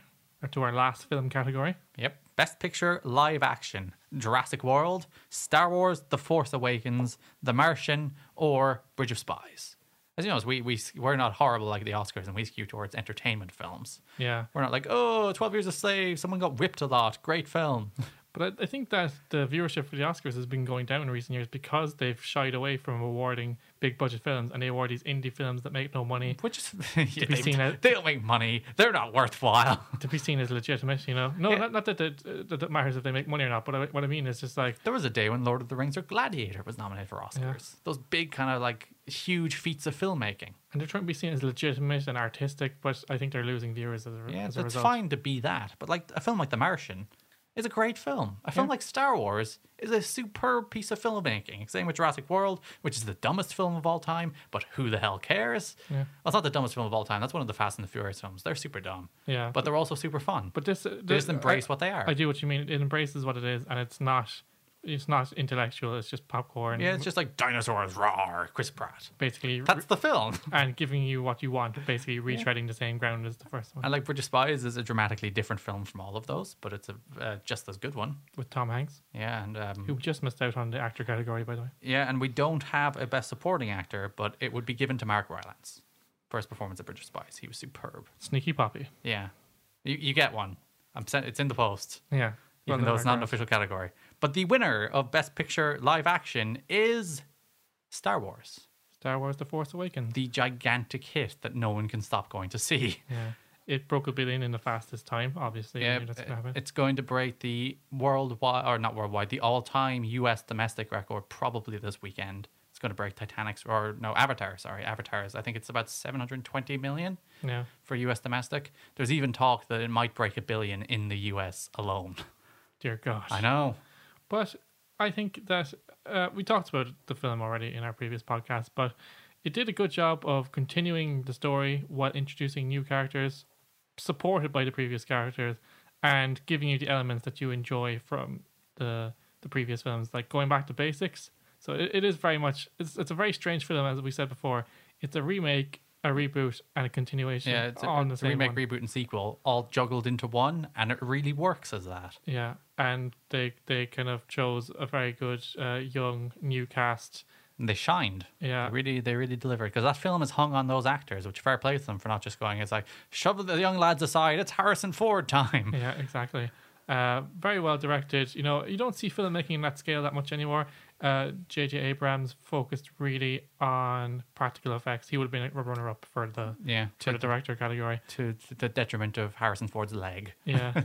to our last film category.
Yep. Best Picture Live Action: Jurassic World, Star Wars: The Force Awakens, The Martian, or Bridge of Spies. As you know, we we we're not horrible like the Oscars, and we skew towards entertainment films.
Yeah,
We're not like, oh, 12 Years a Slave, someone got whipped a lot, great film.
but I, I think that the viewership for the Oscars has been going down in recent years because they've shied away from awarding big budget films and they award these indie films that make no money
Which is, yeah,
be
they,
seen as-
they don't make money, they're not worthwhile.
to be seen as legitimate. You know, no, not, not that, that that that matters if they make money or not. But I, what I mean is just like
There was a day when Lord of the Rings or Gladiator was nominated for Oscars. Those big, kind of like huge feats of filmmaking.
and they're trying to be seen as legitimate and artistic, but I think they're losing viewers as a,
Yeah,
as
it's
a result.
fine to be that, but like a film like The Martian is a great film. A film like Star Wars is a superb piece of filmmaking. Same with Jurassic World, which is the dumbest film of all time, but who the hell cares? Well, it's not the dumbest film of all time. That's one of the Fast and the Furious films. They're super dumb.
Yeah.
But they're also super fun.
But this, this
just embrace
I,
what they are.
I do what you mean. It embraces what it is, and it's not it's not intellectual. It's just popcorn.
yeah, it's just like dinosaurs, roar, Chris Pratt.
basically
That's the film.
and giving you what you want, basically retreading the same ground as the first one
And like Bridge of Spies is a dramatically different film from all of those, but it's a uh, just as good one.
with Tom Hanks,
Yeah, and um,
who just missed out on the actor category, by the way.
Yeah, and we don't have a best supporting actor, but it would be given to Mark Rylance for his performance at Bridge of Spies. He was superb.
Sneaky Poppy.
Yeah, you, you get one. I'm sent. It's in the post,
Yeah.
even
Well,
though it's not an
Mark
official category. But the winner of best picture live action is Star Wars,
Rylance. Star Wars: The Force Awakens.
the gigantic hit that no one can stop going to see.
yeah. It broke a billion in the fastest time, obviously.
Yeah,
you know that's gonna happen.
it's going to break the worldwide, or not worldwide, the all-time U.S. domestic record probably this weekend. It's going to break Titanic's, or no, Avatar. Sorry, Avatar's. I think it's about 720 million
yeah.
for U.S. domestic. There's even talk that it might break a billion in the U.S. alone.
Dear God.
I know.
But I think that uh, we talked about the film already in our previous podcast, but it did a good job of continuing the story while introducing new characters, supported by the previous characters, and giving you the elements that you enjoy from the the previous films, like going back to basics. So it, it is very much it's it's a very strange film, as we said before. It's a remake, a reboot, and a continuation
Yeah, it's a,
on the
it's a
same
remake,
one.
reboot, and sequel all juggled into one, and it really works as that.
Yeah, and they they kind of chose a very good uh, young new cast.
And they shined.
Yeah.
they really, they really delivered because that film is hung on those actors, which fair play to them for not just going. It's like shove the young lads aside. It's Harrison Ford time.
Yeah, exactly. Uh, very well directed. You know, you don't see filmmaking in that scale that much anymore. Uh, J.J. Abrams focused really on practical effects. He would have been a runner up for the
Yeah,
for
to,
the director category.
to the detriment of Harrison Ford's leg.
Yeah,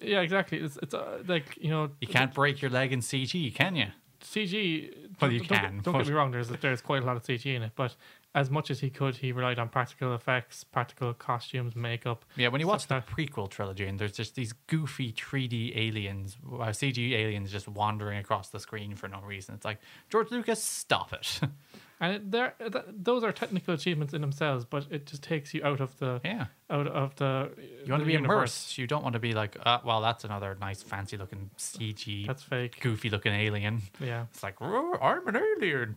yeah, exactly. It's it's uh, like you know
You can't break your leg in CG, can you?
CG. don't-
Well, you
don't-
can,
Don't
but-
get me wrong. There's there's quite a lot of CG in it, but as much as he could, he relied on practical effects, practical costumes, makeup.
Yeah, when you watch the
Sometimes-
prequel trilogy and there's just these goofy 3D aliens, uh, CG aliens just wandering across the screen for no reason. It's like, George Lucas, stop it.
and it, there th- those are technical achievements in themselves, but it just takes you out of the
yeah.
out of the.
You want
the
to be
universe.
immersed. You don't want to be like, uh, well, that's another nice, fancy looking CG,
That's fake.
goofy looking alien.
Yeah,
It's like, "Oh, I'm an alien.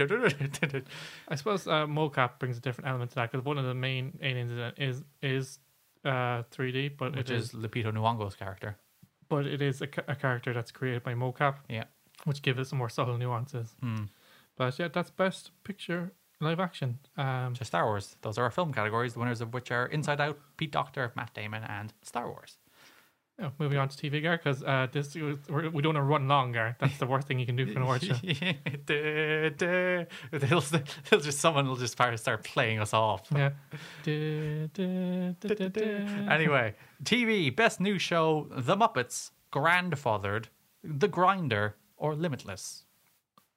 I suppose uh, mocap brings a different element to that because one of the main aliens in it is is uh 3D, but
Which
it is,
is Lupito Nyong'o's character.
but it is a, ca- a character that's created by mocap,
Yeah.
which gives it some more subtle nuances.
Hmm.
But yeah, that's best picture live action. Um,
to Star Wars. Those are our film categories, the winners of which are Inside Out, Pete Doctor, Matt Damon, and Star Wars.
yeah, oh, moving on to TV, Gar, because uh, this was- we're, we don't want to run long, Gar. That's the worst thing you can do for an award show.
Duh, duh. they'll, they'll just someone will just start start playing us off.
Yeah. Du- du- du- du- du.
anyway, TV best new show: The Muppets, Grandfathered, The Grinder, or Limitless.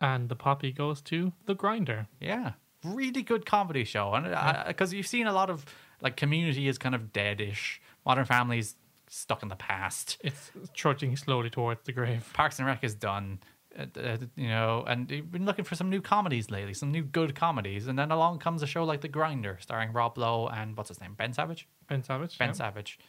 And the poppy goes to the grinder.
Yeah, really good comedy show, and because you've seen a lot of like Community is kind of deadish, Modern Family is stuck in the past,
It's trudging slowly towards the grave.
Parks and Rec is done. Uh, uh, you know, and you've been looking for some new comedies lately, some new good comedies, and then along comes a show like The Grinder, starring Rob Lowe and what's his name, Ben Savage,
Ben Savage.
Ben
yeah,
Savage.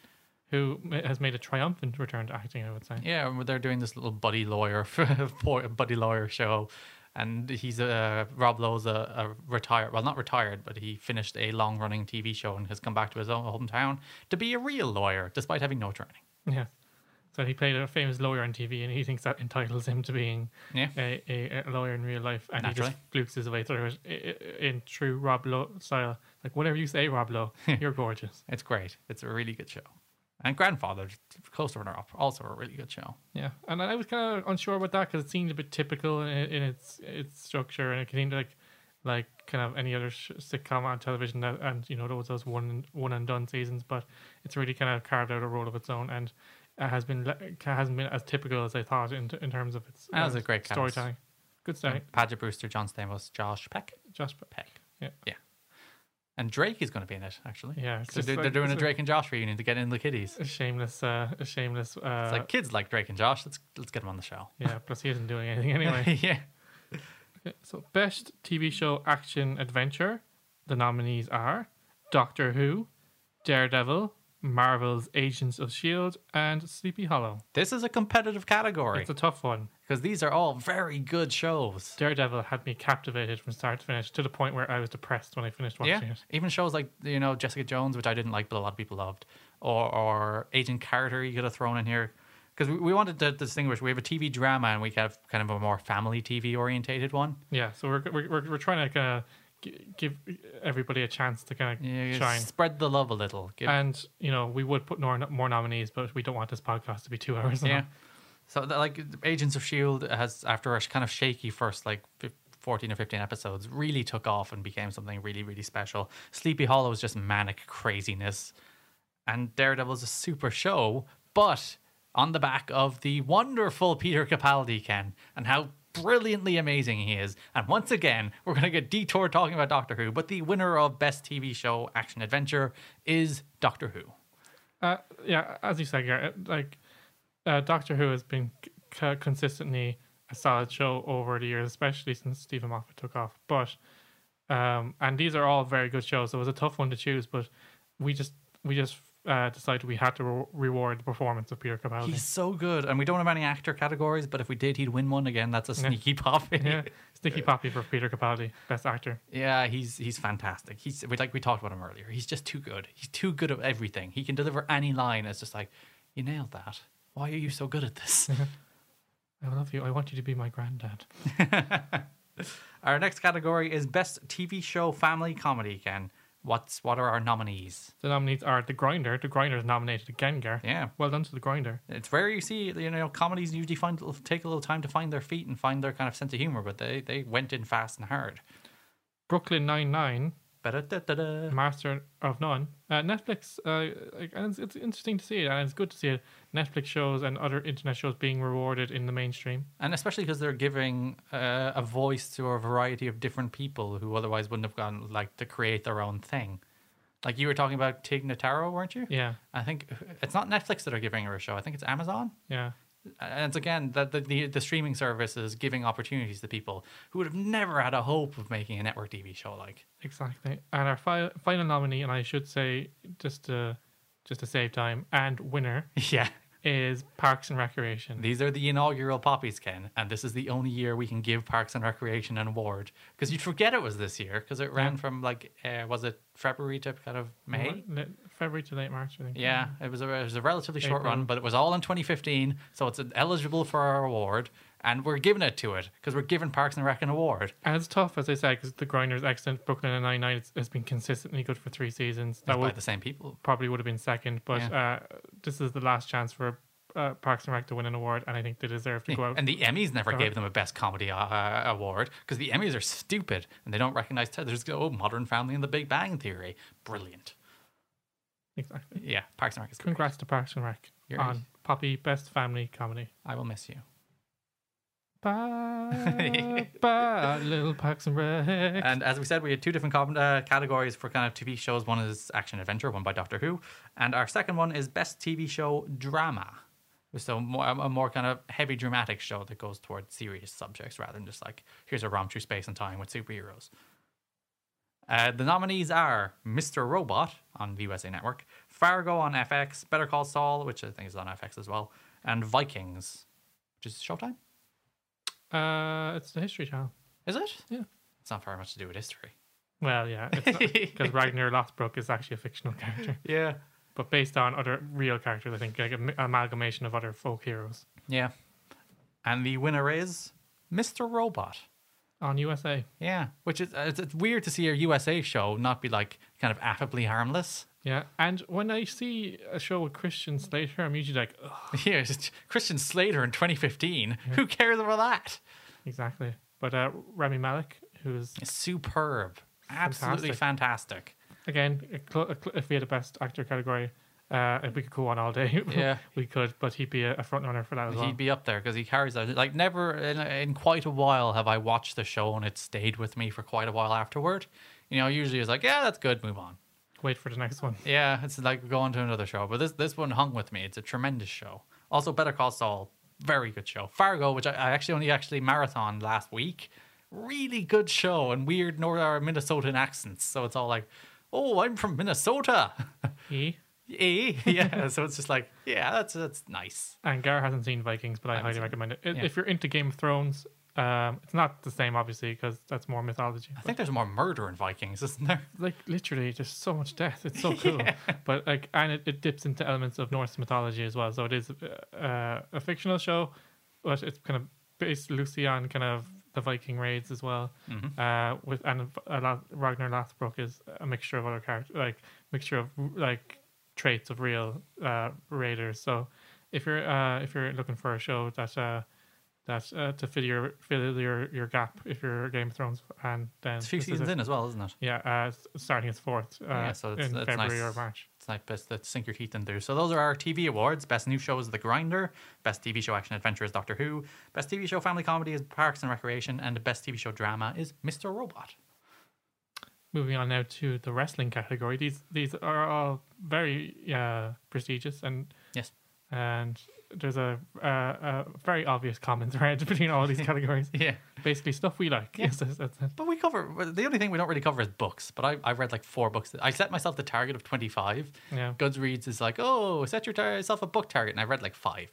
Who ma- has made a triumphant return to acting, I would say.
Yeah, and they're doing this little buddy lawyer, boy- buddy lawyer show, and he's a Rob Lowe's a, a retired, well, not retired, but he finished a long-running TV show and has come back to his own hometown to be a real lawyer, despite having no training.
Yeah. So he played a famous lawyer on TV, and he thinks that entitles him to being
Yeah.
a, a, a lawyer in real life, and he
Naturally.
just flukes his way through it i- i- in true Rob Lowe style. Like whatever you say, Rob Lowe, you're gorgeous.
It's great. It's a really good show. And Grandfather, close runner-up, also a really good show.
Yeah, and I was kind of unsure about that because it seemed a bit typical in, in its its structure, and it seemed like like kind of any other sh- sitcom on television that, and you know those those one one and done seasons, but it's really kind of carved out a role of its own and. It has been le- ca- hasn't been as typical as I thought in in terms of its
That was
uh,
a great cast.
storytelling. Good story,
Padgett Brewster, John Stamos, Josh Peck,
Josh. Pe-
Peck,
Yeah,
and Drake is going to be in it actually.
Yeah, it's
so
just
they're,
like-
they're doing
it's
a
a-
Drake and Josh reunion to get in the kiddies.
a shameless, uh, a shameless. Uh,
It's like kids like Drake and Josh. Let's let's get them on the show.
yeah. Plus, he isn't doing anything anyway.
yeah.
Okay, So, best TV show action adventure. The nominees are Doctor Who, Daredevil, Marvel's Agents of Shield, E and Sleepy Hollow.
This is a competitive category
It's a tough one.
because these are all very good shows.
Daredevil had me captivated from start to finish to the point where I was depressed when I finished watching
Yeah,
it.
even shows like you know Jessica Jones, which I didn't like, but a lot of people loved, or or Agent Carter, you could have thrown in here because we, we wanted to distinguish. We have a TV drama and we have kind of a more family TV orientated one.
Yeah. So we're we're we're, we're trying to kind of give everybody a chance to kind of
Yeah,
shine.
spread the love a little. Give,
And you know we would put more, more nominees, but we don't want this podcast to be two hours long.
yeah. So that, like Agents of Shield E has after a sh- kind of shaky first like fif- fourteen or fifteen episodes really took off and became something really really special. Sleepy Hollow is just manic craziness, and Daredevil is a super show, but on the back of the wonderful Peter Capaldi Ken and how brilliantly amazing he is. And once again, we're going to get detoured talking about Doctor Who, but the winner of best TV show action adventure is Doctor Who.
Uh, yeah, as you said, Garrett, like uh, Doctor Who has been c- c- consistently a solid show over the years, especially since Stephen Moffat took off. But um, and these are all very good shows. So it was a tough one to choose, but we just we just uh, decided we had to re- reward the performance of Peter Capaldi.
He's so good, and we don't have any actor categories. But if we did, he'd win one again. That's a sneaky pop. In.
yeah,
Yeah.
Sticky Poppy for Peter Capaldi, best actor.
he's he's fantastic. He's we like we talked about him earlier. He's just too good. He's too good at everything. He can deliver any line. It's just like you nailed that. Why are you so good at this?
I love you. I want you to be my granddad.
our next category is best TV show family comedy. Ken, what's what are our nominees?
The nominees are The Grinder. The Grinder is nominated again, Gar.
Yeah.
Well done to The Grinder.
It's rare you see you know comedies usually find take a little time to find their feet and find their kind of sense of humor, but they they went in fast and hard.
Brooklyn Nine Nine
Ba-da-da-da-da.
Master of None. Uh, Netflix, uh, like, and it's, it's interesting to see it, and it's good to see it. Netflix shows and other internet shows being rewarded in the mainstream.
and especially because they're giving uh, a voice to a variety of different people who otherwise wouldn't have gone like to create their own thing. Like you were talking about Tig Notaro, weren't you?
Yeah,
I think uh, it's not Netflix that are giving her a show. I think it's Amazon.
yeah,
And it's again that the, the the streaming service is giving opportunities to people who would have never had a hope of making a network TV show. Like
exactly. And our fi- final nominee, and I should say just to just to save time and winner
yeah,
is Parks and Recreation.
these are the inaugural poppies, Ken, and this is the only year we can give Parks and Recreation an award because you'd forget it was this year because it ran from like uh, was it February to kind of May.
Le- February to late March, I think.
Yeah, it was a it was a relatively short
April.
run, but it was all in 2015, so it's eligible for our award, and we're giving it to it because we're giving Parks and Rec an award.
And it's tough, as I said, because the Grinder's excellent. Brooklyn and Nine Nine has been consistently good for three seasons.
That's
That
by
would
the same people.
probably would have been second, but uh, this is the last chance for uh, Parks and Rec to win an award, and I think they deserve to go out.
And the Emmys never
Alright.
gave them a Best Comedy uh, award because the Emmys are stupid and they don't recognize. T- there's oh, Modern Family and The Big Bang Theory, brilliant.
exactly.
Yeah, Parks and Rec is great.
Congrats to Parks and Rec
You're
on
right.
Poppy Best Family Comedy.
I will miss you.
Ba, ba, little Parks and Rec.
And as we said, we had two different com- uh, categories for kind of TV shows. One is action adventure, one by Doctor Who, and our second one is best TV show drama. So more, a more kind of heavy dramatic show that goes toward serious subjects rather than just like here's a romp through space and time with superheroes. Uh, the nominees are Mr. Robot on the USA Network, Fargo on FX, Better Call Saul, which I think is on FX as well, and Vikings, which is Showtime.
Uh, it's the History Channel.
Is it?
Yeah.
It's not very much to do with history.
Well, yeah, because Ragnar Lothbrok is actually a fictional character,
Yeah.
but based on other real characters, I think like an amalgamation of other folk heroes
Yeah. And the winner is Mr. Robot.
on USA.
Yeah, which is uh, it's, it's weird to see a USA show not be like kind of affably harmless.
Yeah, and when I see a show with Christian Slater, I'm usually like, Ugh,
Here's Christian Slater in 2015. Who cares about that?
exactly. But uh, Rami Malek, who's
It's superb, absolutely fantastic.
again, a cl- a cl- if we had a best actor category, uh, if we could go on all day.
Yeah.
we could, but he'd be a, a front runner for that as well.
He'd be up there because he carries that. Like never in, in quite a while have I watched the show and it stayed with me for quite a while afterward. You know, usually it's like, yeah, that's good, move on.
Wait for the next one.
Yeah, it's like going to another show, but this this one hung with me. It's a tremendous show. Also, Better Call Saul, very good show. Fargo, which I, I actually only actually marathoned last week, really good show and weird North or Minnesotan accents. So it's all like, oh, I'm from Minnesota,
E
eh? Yeah. so it's just like, yeah, that's that's nice.
and Gar hasn't seen Vikings, but I, highly recommend it. I-
yeah.
If you're into Game of Thrones, um, it's not the same obviously because that's more mythology.
I think there's more murder in Vikings, isn't there?
like literally there's so much death it's so cool but like and it, it dips into elements of norse mythology as well so it is uh, a fictional show but it's kind of based loosely on kind of the viking raids as well uh, with and a lot, ragnar lothbrok is a mixture of other characters like mixture of like traits of real uh, raiders so if you're uh, if you're looking for a show that uh, that uh, to fill your fill your, your gap if you're a Game of Thrones fan, then
It's a few
this is
seasons
it.
in as well, isn't it?
Yeah, uh, s- starting its fourth uh,
Yeah, so it's-
in
it's
February
nice.
or March.
It's like best that sink your teeth into. So those are our TV awards. Best new show is The Grinder. Best TV show action adventure is Doctor Who. Best TV show family comedy is Parks and Recreation, and the best TV show drama is Mr. Robot.
Moving on now to the wrestling category. These these are all very uh, prestigious and
Yes.
and there's a, uh, a very obvious common thread between all these categories.
Yeah.
Basically, stuff we like. Yes, that's, that's it.
But we cover well, the only thing we don't really cover is books. But I I read like four books. I set myself the target of twenty five.
Yeah.
Goodreads is like oh set your tar- yourself a book target, and I read like five.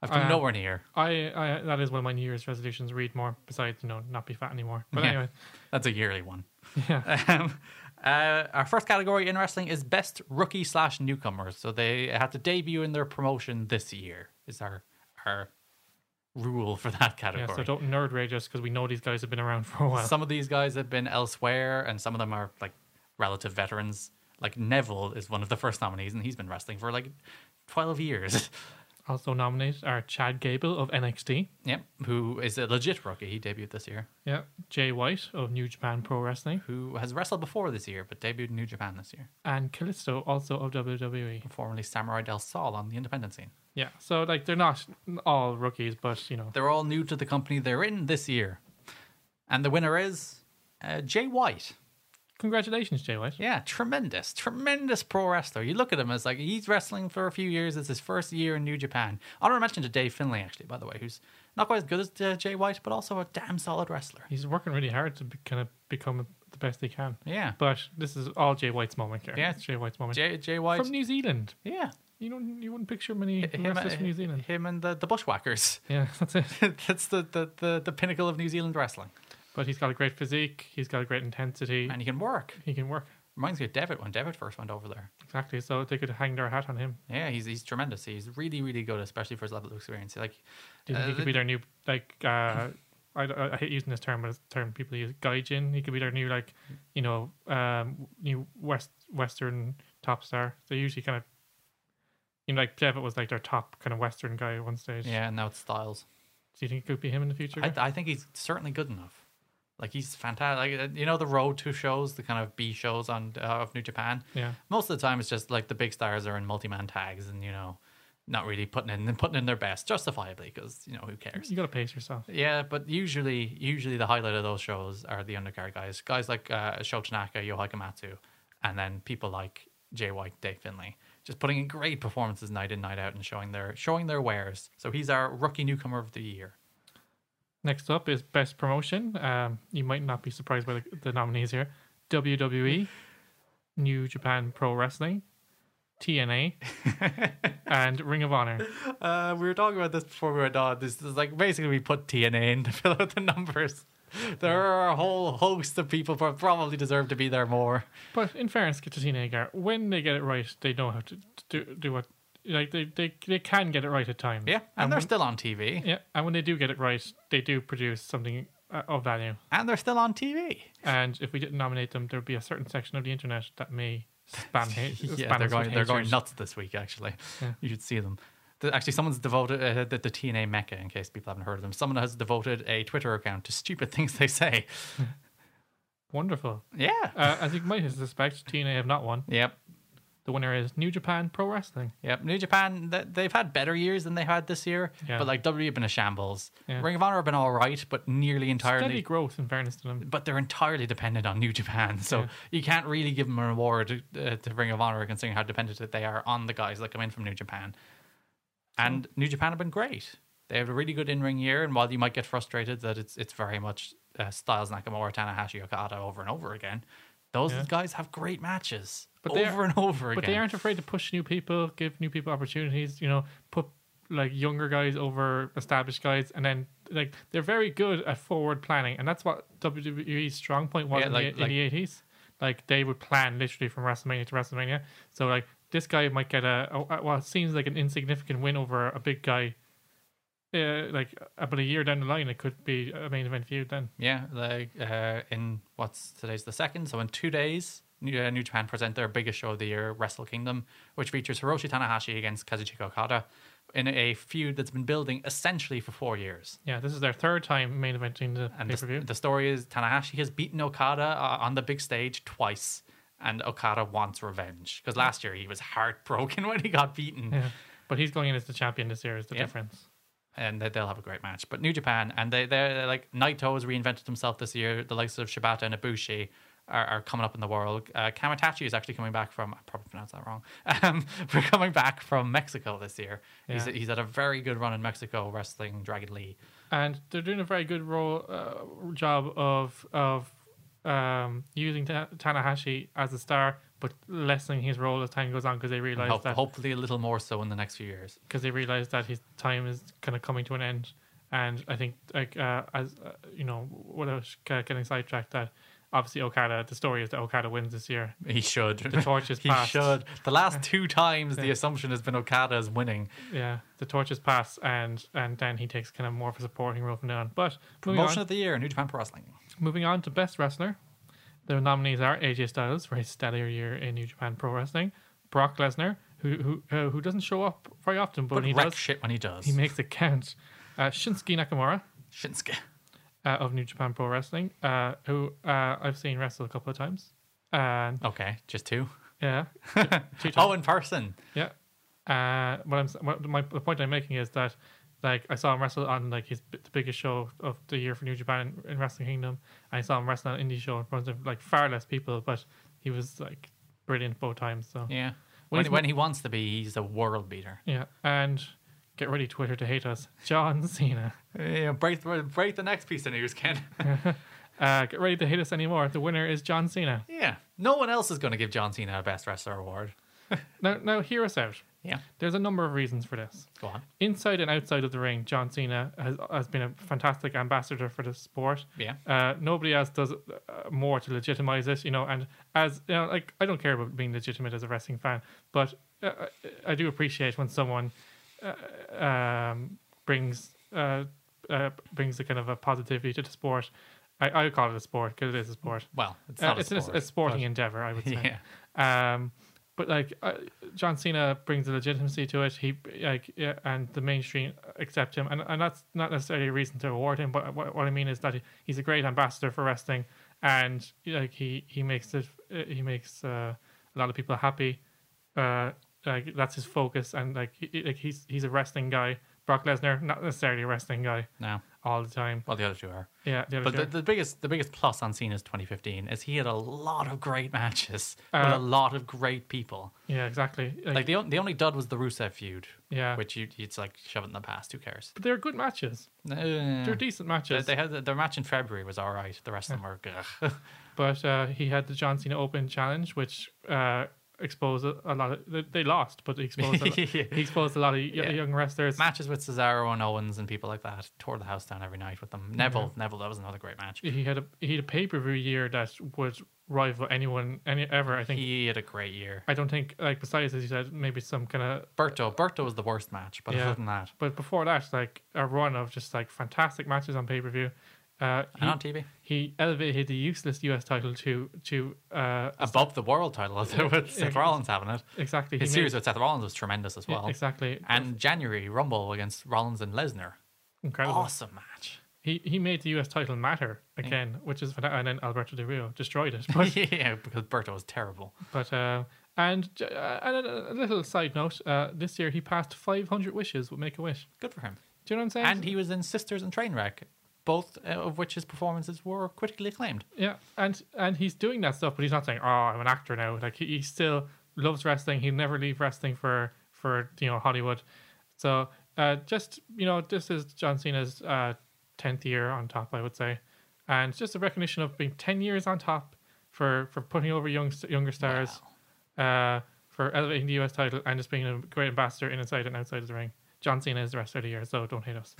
I've come
Uh,
nowhere near.
I, I that is one of my New Year's resolutions. Read more. Besides, you know, not be fat anymore. But
Yeah.
anyway,
That's a yearly one.
yeah,
Um, uh, our first category in wrestling is best rookie slash newcomers. So they had to debut in their promotion this year. Is our our rule for that
yeah.
category.
So don't nerd rage us because we know these guys have been around for a while.
some of these guys have been elsewhere, and some of them are like relative veterans. Like Neville is one of the first nominees, and he's been wrestling for like twelve years.
also nominated are Chad Gable of NXT.
yep, who is a legit rookie. He debuted this year.
Yeah, Jay White of New Japan Pro Wrestling.
Who has wrestled before this year, but debuted in New Japan this year.
and Callisto also of WWE.
Formerly Samurai Del Sol on the independent scene.
Yeah, so like they're not all rookies, but you know,
They're all new to the company they're in this year. And the winner is uh, Jay White.
congratulations, Jay White.
Yeah, tremendous, tremendous pro wrestler. You look at him as like he's wrestling for a few years. It's his first year in New Japan. I want to mention to Dave Finlay, actually, by the way, who's not quite as good as uh, Jay White, but also a damn solid wrestler.
He's working really hard to be, kind of become the best he can.
Yeah.
But this is all Jay White's moment here.
Yeah.
it's Jay White's moment.
Jay, Jay White.
from New Zealand.
yeah.
You don't you wouldn't picture many wrestlers
uh,
from New Zealand.
him and the, the Bushwhackers.
Yeah, that's it.
That's the, the, the, the pinnacle of New Zealand wrestling.
But he's got a great physique. He's got a great intensity.
And he can work.
he can work
Reminds me of Devitt when Devitt first went over there.
exactly. So they could hang their hat on him.
Yeah, he's he's tremendous. He's really really good, especially for his level of experience. Like,
Do you think
uh,
he could be their new like? Uh, I, I I hate using this term, but it's the term people use gaijin. He could be their new like, you know, um, new West Western top star. They usually kind of, you know, like Devitt was like their top kind of Western guy at one stage.
yeah, and now it's Styles.
Do you think it could be him in the future?
I, I think he's certainly good enough. Like he's fantastic. Like, uh, you know the road to shows, the kind of B shows on uh, of New Japan.
yeah.
Most of the time, it's just like the big stars are in multi man tags, and you know, not really putting in putting in their best, justifiably, because you know who cares.
You gotta pace yourself.
Yeah, but usually, usually the highlight of those shows are the undercard guys, guys like uh, Sho Tanaka, Yohai Kamatsu, and then people like Jay White, Dave Finley, just putting in great performances night in, night out, and showing their showing their wares. So he's our rookie newcomer of the year.
Next up is best promotion. Um, you might not be surprised by the, the nominees here: WWE, New Japan Pro Wrestling, TNA, and Ring of Honor.
Uh, we were talking about this before we went on. This is like basically we put TNA in to fill out the numbers. There are a whole host of people who probably deserve to be there more.
But in fairness to TNA, Gar, when they get it right, they know how to do, do what. Like they, they they can get it right at times.
Yeah, and they're still on TV,
Yeah, and when they do get it right, they do produce something uh, of value.
and they're still on TV.
And if we didn't nominate them, there'd be a certain section of the internet that may spam hate.
Yeah, they're going they're going nuts this week. Actually, you should see them. The- Actually, someone's devoted uh, the, the TNA Mecca. In case people haven't heard of them, someone has devoted a Twitter account to stupid things they say.
Wonderful.
Yeah.
Uh, as you might suspect, TNA have not won.
yep.
The winner is New Japan Pro Wrestling.
Yep. New Japan, th- they've had better years than they had this year,
Yeah.
but like WWE have been a shambles.
Yeah.
Ring of Honor have been all right, but nearly entirely.
Steady growth, in fairness to them.
But they're entirely dependent on New Japan, so you can't really give them a reward uh, to Ring of Honor, considering how dependent that they are on the guys that come in from New Japan. And New Japan have been great. They have a really good in-ring year, and while you might get frustrated that it's it's very much uh, Styles, Nakamura, Tanahashi, Okada over and over again, those
Yeah.
guys have great matches,
But they are-
over and over again.
But they aren't afraid to push new people, give new people opportunities. You know, put like younger guys over established guys, and then like they're very good at forward planning, and that's what WWE's strong point was
Yeah,
in,
like-
the,
like-
in the eighties. Like they would plan literally from WrestleMania to WrestleMania. So like this guy might get a, a well, it seems like an insignificant win over a big guy. Uh, like about a year down the line, it could be a main event feud. Then
Yeah, like uh, in what's today's the second, so in two days, New, uh, New Japan present their biggest show of the year, Wrestle Kingdom, which features Hiroshi Tanahashi against Kazuchika Okada in a feud that's been building essentially for four years.
yeah, this is their third time main eventing the
And
pay
the,
per view.
the story is Tanahashi has beaten Okada uh, on the big stage twice, and Okada wants revenge because last year he was heartbroken when he got beaten.
Yeah. But he's going in as the champion this year. Is the
Yeah.
difference?
and they- they'll have a great match. But New Japan and they they're like Naito has reinvented himself this year. The likes of Shibata and Ibushi are, are coming up in the world. Uh, Kamatachi is actually coming back from I probably pronounced that wrong. Um, we're coming back from Mexico this year. He's
Yeah.
he's had a very good run in Mexico wrestling Dragon Lee.
and they're doing a very good role uh, job of of um, using Ta- Tanahashi as a star, but lessening his role as time goes on because they realize
Hope,
that
hopefully a little more so in the next few years.
because they realize that his time is kind of coming to an end. And I think like uh, as uh, you know, without ca- getting sidetracked, that obviously Okada. The story is that Okada wins this year.
He should.
The torch is
he
passed.
should. The last two times the assumption has been Okada is winning.
Yeah, the torch is passed, and and then he takes kind of more of a supporting role from now on. But moving on,
Promotion of the year, New Japan Pro Wrestling.
Moving on to Best Wrestler. The nominees are AJ Styles for his stellar year in New Japan Pro Wrestling, Brock Lesnar, who who uh, who doesn't show up very often, but,
But
when he
wreck
does,
shit when he does.
he makes it count. Uh, Shinsuke Nakamura
Shinsuke.
uh, of New Japan Pro Wrestling, uh, who uh, I've seen wrestle a couple of times, and
Okay, just two.
yeah, two times.
Oh, in person.
Yeah. Uh, what I'm s- what my the point I'm making is that like I saw him wrestle on like his b- the biggest show of the year for New Japan in, in Wrestling Kingdom. I saw him wrestle on an indie show in front of like far less people, but he was like brilliant both times. So
Yeah.
When
When,
he's-
when he wants to be, he's a world beater.
yeah. And get ready, Twitter, to hate us, John Cena.
Yeah, break, break the next piece of news, Ken.
Uh, get ready to hate us anymore. The winner is John Cena.
yeah. No one else is going to give John Cena a Best Wrestler award.
Now, now hear us out.
Yeah.
There's a number of reasons for this.
Go on.
Inside and outside of the ring, John Cena has, has been a fantastic ambassador for the sport.
Yeah.
Uh, nobody else does uh, more to legitimize it, you know. And as you know, like I don't care about being legitimate as a wrestling fan, but uh, I, I do appreciate when someone uh, um, brings uh, uh, brings a kind of a positivity to the sport. I, I call it a sport because it is a sport.
Well, it's
Uh,
not
it's,
a
an-
sport.
a sporting endeavor, I would say. Um, but like uh, John Cena brings a legitimacy to it. He like yeah, and the mainstream accept him, and, and that's not necessarily a reason to award him. But what, what I mean is that he, he's a great ambassador for wrestling, and like he he makes it uh, he makes uh, a lot of people happy. Uh, like that's his focus, and like he, like he's he's a wrestling guy. Brock Lesnar, not necessarily a wrestling guy
No,
all the time.
well, the other two are.
Yeah, the other
But
guy.
the, the biggest the biggest plus on Cena's 2015 is he had a lot of great matches with
Uh,
a lot of great people.
yeah, exactly. Like,
Like the on- the only dud was the Rusev feud,
yeah,
which you it's like shove it in the past. Who cares?
but they're good matches.
Uh,
They're
They're
decent
They,
matches.
they had their match in February was all right. The rest of them were. Ugh.
but uh, he had the John Cena Open Challenge, which uh, exposed a, a lot of. They, they lost, but he exposed a,
Yeah.
he exposed a lot of y-
Yeah.
young wrestlers.
Matches with Cesaro and Owens and people like that tore the house down every night with them. Neville, Neville, that was another great match.
He had a he had a pay per view year that would rival anyone any ever. I think.
He had a great year.
I don't think like besides as you said maybe some kind of.
Berto, Berto was the worst match, but
Yeah.
other than that,
But before that, like a run of just like fantastic matches on pay per view. Uh,
and
he,
on TV,
he elevated the useless US title to to uh,
above the world title as it was Seth Rollins having it.
exactly
His
he
series
made-
with Seth Rollins was tremendous as
yeah,
well.
exactly
And January Rumble against Rollins and Lesnar,
incredible.
awesome match.
He he made the US title matter again, which is fantastic. And then Alberto Del Rio destroyed it. But
yeah, because Berto was terrible.
but uh, and j- uh, and a, a little side note, uh, this year he passed 500 wishes with Make a Wish.
Good for him.
Do you know what I'm saying?
And he was in Sisters and Trainwreck, both uh, of which his performances were critically acclaimed.
yeah, and and he's doing that stuff, but he's not saying, "Oh, I'm an actor now." Like he, he still loves wrestling. He'll never leave wrestling for for you know Hollywood. So uh, just you know, this is John Cena's uh tenth year on top, I would say, and just a recognition of being ten years on top for for putting over young younger stars, uh, for elevating the U.S. title, and just being a great ambassador in inside and outside of the ring. John Cena is the wrestler of the year, so don't hate us.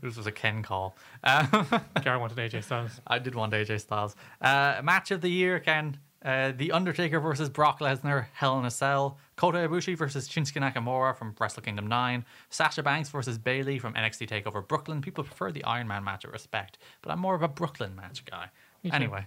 this was a Ken call. Um,
Gar wanted AJ Styles.
I did want AJ Styles. Uh, match of the year, Ken. Uh, the Undertaker versus Brock Lesnar, Hell in a Cell. Kota Ibushi versus Shinsuke Nakamura from Wrestle Kingdom 9. Sasha Banks versus Bailey from NXT TakeOver Brooklyn. People prefer the Iron Man match at respect, but I'm more of a Brooklyn match guy. Anyway,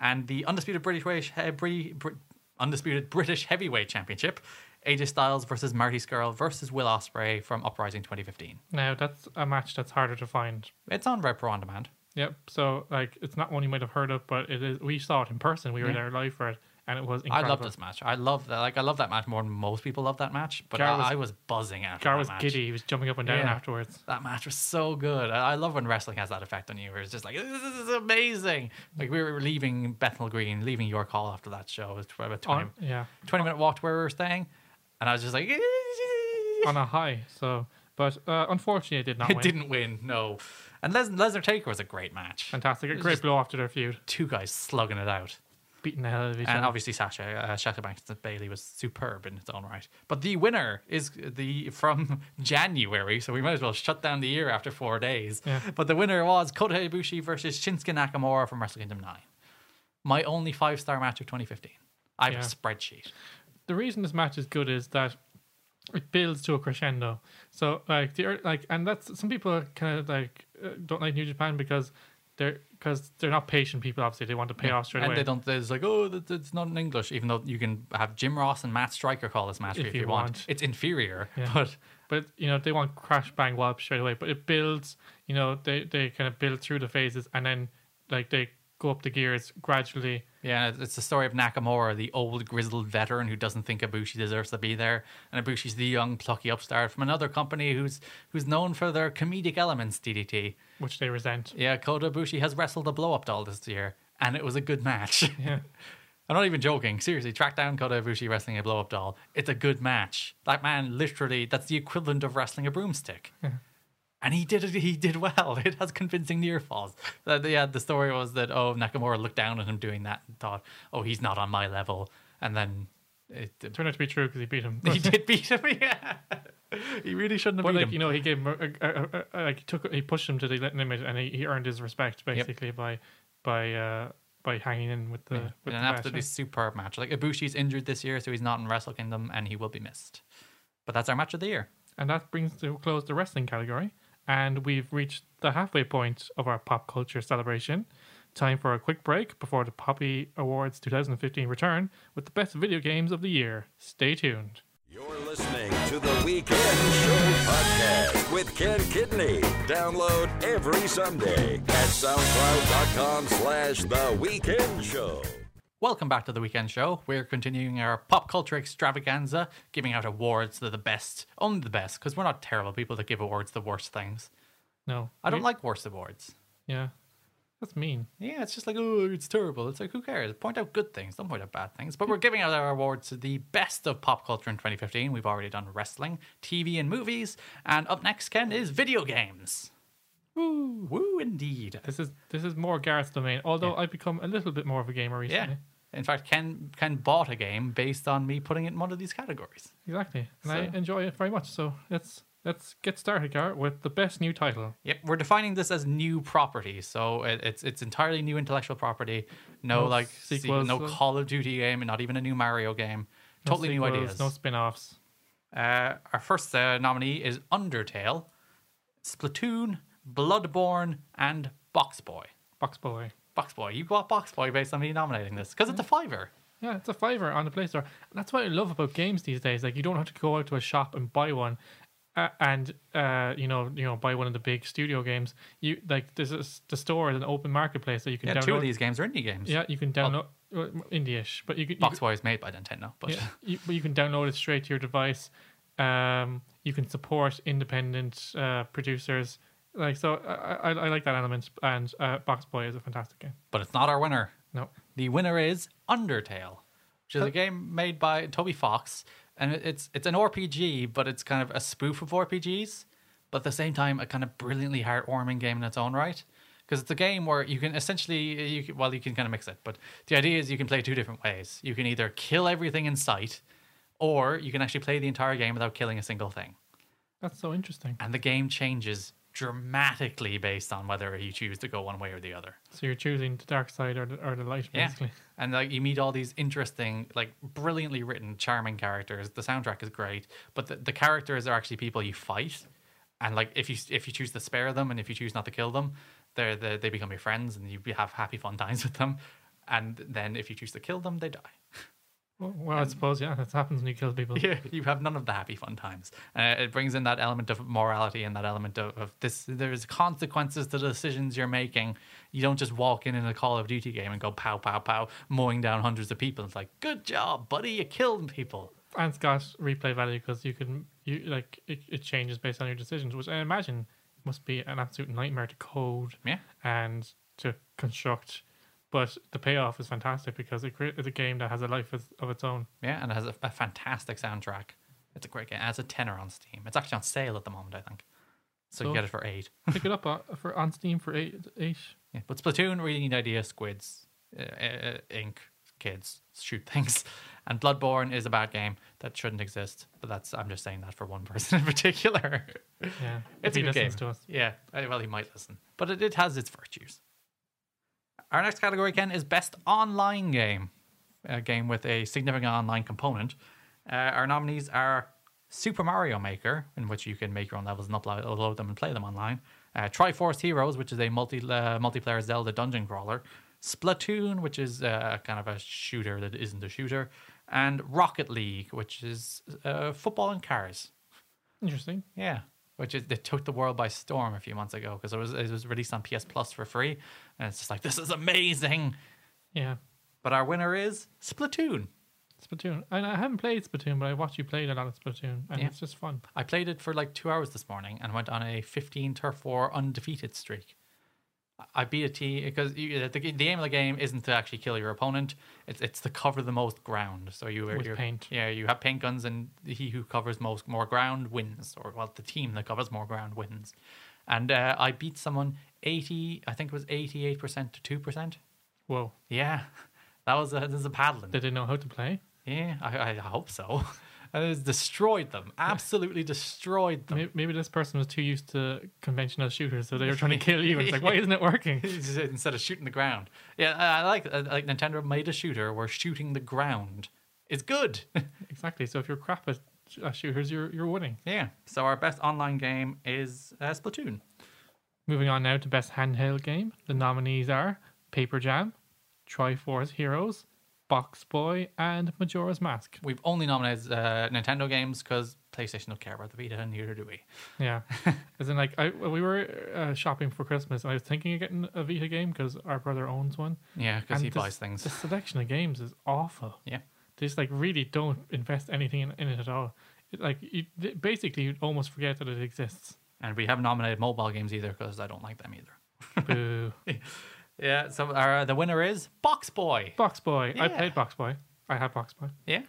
and the Undisputed British, Way- eh, Bri- Bri- Undisputed British Heavyweight Championship, AJ Styles versus Marty Skrull versus Will Ospreay from Uprising 2015.
Now that's a match that's harder to find
It's on Red Pro On Demand.
Yep. So like, it's not one you might have heard of, but it is. We saw it in person. We were
Yeah.
there live for it, and it was
I
incredible.
love this match. I love that. Like I love that match more than most people love that match. But
Gar
I,
was-
I was buzzing after
Gar
that
was
match.
giddy. He was jumping up and down
Yeah.
afterwards.
That match was so good. I, I love when wrestling has that effect on you. Where it's just like this is amazing. Like we were leaving Bethnal Green, leaving York Hall after that show. It was about a 20,
On, yeah,
20 minute walk to where we were staying, and I was just like,
on a high. So, but uh, unfortunately, it did not.
it
win.
didn't win. No, and Les- Lesnar Taker was a great match.
Fantastic. A great blow after their feud,
Two guys slugging it out.
beating the hell out of each
And
other.
obviously, Sasha uh, Sasha Banks and Bailey was superb in its own right. But the winner is the from January, so we might as well shut down the year after four days.
Yeah.
But the winner was Kota Ibushi versus Shinsuke Nakamura from Wrestle Kingdom Nine. My only five star match of 2015. I have
Yeah.
a spreadsheet.
The reason this match is good is that it builds to a crescendo. So like the ear- like, and that's some people kind of like uh, don't like New Japan because they're because they're not patient people. Obviously, they want to pay off straight
and
away.
they don't. It's like, oh, that- that's not in English. Even though you can have Jim Ross and Matt Stryker call this match if, you, want. it's inferior, but
but you know they want crash bang wallop straight away but it builds you know they they kind of build through the phases and then like they go up the gears gradually
Yeah, it's- it's the story of Nakamura, the old grizzled veteran who doesn't think Ibushi deserves to be there, and Ibushi's the young plucky upstart from another company who's who's known for their comedic elements. DDT.
which they resent
Yeah, Kota Ibushi has wrestled a blow up doll this year, and it was a good match.
yeah
I'm not even joking. Seriously, track down Kota Ibushi wrestling a blow up doll. It's a good match. That man, literally, that's the equivalent of wrestling a broomstick. And he did it. He did well. It has convincing near falls. Uh, the- yeah, the story was that oh Nakamura looked down at him doing that and thought oh he's not on my level, and then it,
turned out to be true because he beat him
he
but,
did beat him. Yeah, he really shouldn't have
but,
beat
like
him.
you know he gave him a, a, a, a- like he took he pushed him to the limit and he, he earned his respect basically by by uh by hanging in with the with
in
the
an
match.
absolutely superb match. Like Ibushi's injured this year, so he's not in Wrestle Kingdom, and he will be missed. But that's our match of the year.
and that brings to a close the wrestling category and we've reached the halfway point of our pop culture celebration time for a quick break before the poppy awards 2015 return with the best video games of the year stay tuned
You're listening to the Weekend Show podcast with Ken Kidney. Download every Sunday at soundcloud.com slash the weekend show.
Welcome back to the weekend show. We're continuing our pop culture extravaganza, giving out awards to the best, only the best, because we're not terrible people that give awards the worst things.
No,
I don't
You-
like worst awards.
Yeah, that's mean.
Yeah, it's just like, oh, it's terrible. It's like, who cares? Point out good things, don't point out bad things. But we're giving out our awards to the best of pop culture in 2015. We've already done wrestling, TV, and movies. And up next, Ken, is video games. Woo, woo, indeed.
This is this is more Gareth's domain. Although I've become a little bit more of a gamer
Yeah.
recently.
In fact, Ken Ken bought a game based on me putting it in one of these categories.
exactly, and I
So-
enjoy it very much. So let's let's get started, Gareth, with the best new title.
Yep, we're defining this as new property, so it, it's it's entirely new intellectual property. No,
No
like sequel,
sequels,
no
uh,
Call of Duty game, and not even a new Mario game.
No
Totally new
sequels,
ideas.
no spin-offs.
Uh, our first uh, nominee is Undertale, Splatoon, Bloodborne, and Box Boy.
Box Boy.
Box Boy, you got Box Boy based on me nominating this because it's a fiver.
Yeah, it's a fiver on the Play Store. And that's what I love about games these days. Like you don't have to go out to a shop and buy one, uh, and uh, you know, you know, buy one of the big studio games. You like there's a, s- the store is an open marketplace that you can
Yeah,
download.
two of these games are indie games.
Yeah, you can download well, indie-ish, but you can you
Box Boy is made by Nintendo, but
Yeah, you, but you can download it straight to your device. Um, you can support independent uh, producers. Like so, I, I, I like that element. And uh, Box Boy is a fantastic game.
but it's not our winner.
No,
The winner is Undertale, which is a game made by Toby Fox, and it- it's it's an RPG, but it's kind of a spoof of RPGs, but at the same time a kind of brilliantly heartwarming game in its own right. Because it's a game where you can essentially, you can, well, you can kind of mix it, but the idea is you can play two different ways. You can either kill everything in sight, or you can actually play the entire game without killing a single thing.
that's so interesting.
And the game changes dramatically based on whether you choose to go one way or the other.
So you're choosing the dark side or the, or the light,
Yeah.
basically.
And like you meet all these interesting, like brilliantly written, charming characters. The soundtrack is great, but the, the characters are actually people you fight. And like if you if you choose to spare them and if you choose not to kill them, they're, they they become your friends and you have happy fun times with them. And then if you choose to kill them, they die.
Well, well, I suppose yeah, that happens when you kill people.
Yeah, you have none of the happy fun times. Uh, it brings in that element of morality and that element of, of this. There's consequences to the decisions you're making. You don't just walk in in a Call of Duty game and go pow pow pow, mowing down hundreds of people. It's like, good job, buddy, you killed people.
And it's got replay value because you can you like it, it changes based on your decisions, which I imagine must be an absolute nightmare to code.
Yeah,
and to construct. But the payoff is fantastic because it creates a game that has a life of, of its own.
yeah, and it has a, a fantastic soundtrack. It's a great game. It has a tenner on Steam. It's actually on sale at the moment, I think. So
So-
you get it for eight.
Pick it up on, for on Steam for eight. eight.
Yeah, but Splatoon, really neat idea. Squids, uh, uh, ink, kids shoot things, and Bloodborne is a bad game that shouldn't exist. But that's I'm just saying that for one person in particular.
Yeah, if
it's
he
a good game.
listens to us.
Yeah, uh, well, he might listen, but it, it has its virtues. Our next category, Ken, is best online game, a game with a significant online component. Uh, our nominees are Super Mario Maker, in which you can make your own levels and upload, upload them and play them online. Uh, Triforce Heroes, which is a multi uh, multiplayer Zelda dungeon crawler. Splatoon, which is uh, kind of a shooter that isn't a shooter, and Rocket League, which is uh, football and cars.
Interesting.
Yeah, which is, they took the world by storm a few months ago because it was it was released on PS Plus for free, and it's just like this is amazing.
Yeah,
But our winner is Splatoon.
Splatoon. And I haven't played Splatoon, but I watch you played a lot of Splatoon, and
Yeah.
it's just fun.
I played it for like two hours this morning and went on a 15 turf war undefeated streak. I- I beat a team because you, the, the aim of the game isn't to actually kill your opponent; it's it's to cover the most ground. So you
With
you're-
paint.
yeah, you have paint guns, and he who covers most more ground wins, or well, the team that covers more ground wins. And uh, I beat someone 80, I think it was 88 percent to two percent.
Whoa,
Yeah, that was a, this is a paddling.
they didn't know how to play.
Yeah, I, I hope so. And it's destroyed them. Absolutely destroyed them.
Maybe, maybe this person was too used to conventional shooters, so they were trying to kill you. And it's like, why isn't it working?
uh, instead of shooting the ground. Yeah, I I like I like Nintendo made a shooter where shooting the ground is good.
Exactly. So if you're crap at sh- at shooters, you're you're winning.
yeah. So our best online game is uh, Splatoon.
Moving on now to best handheld game. The nominees are Paper Jam, Triforce Heroes, Box Boy, and Majora's Mask.
We've only nominated uh, Nintendo games because PlayStation don't care about the Vita, and neither do we.
Yeah, as in like I we were uh, shopping for Christmas, and I was thinking of getting a Vita game because our brother owns one.
Yeah, because
And
he
this-
buys things.
The selection of games is awful.
Yeah.
They just like really don't invest anything in, in it at all. It, like you, th- basically, you almost forget that it exists.
And we haven't nominated mobile games either because I don't like them either.
Boo.
Yeah, so uh, the winner is Box Boy.
Box Boy. I
Yeah.
played Box Boy. I have Box Boy.
Yeah,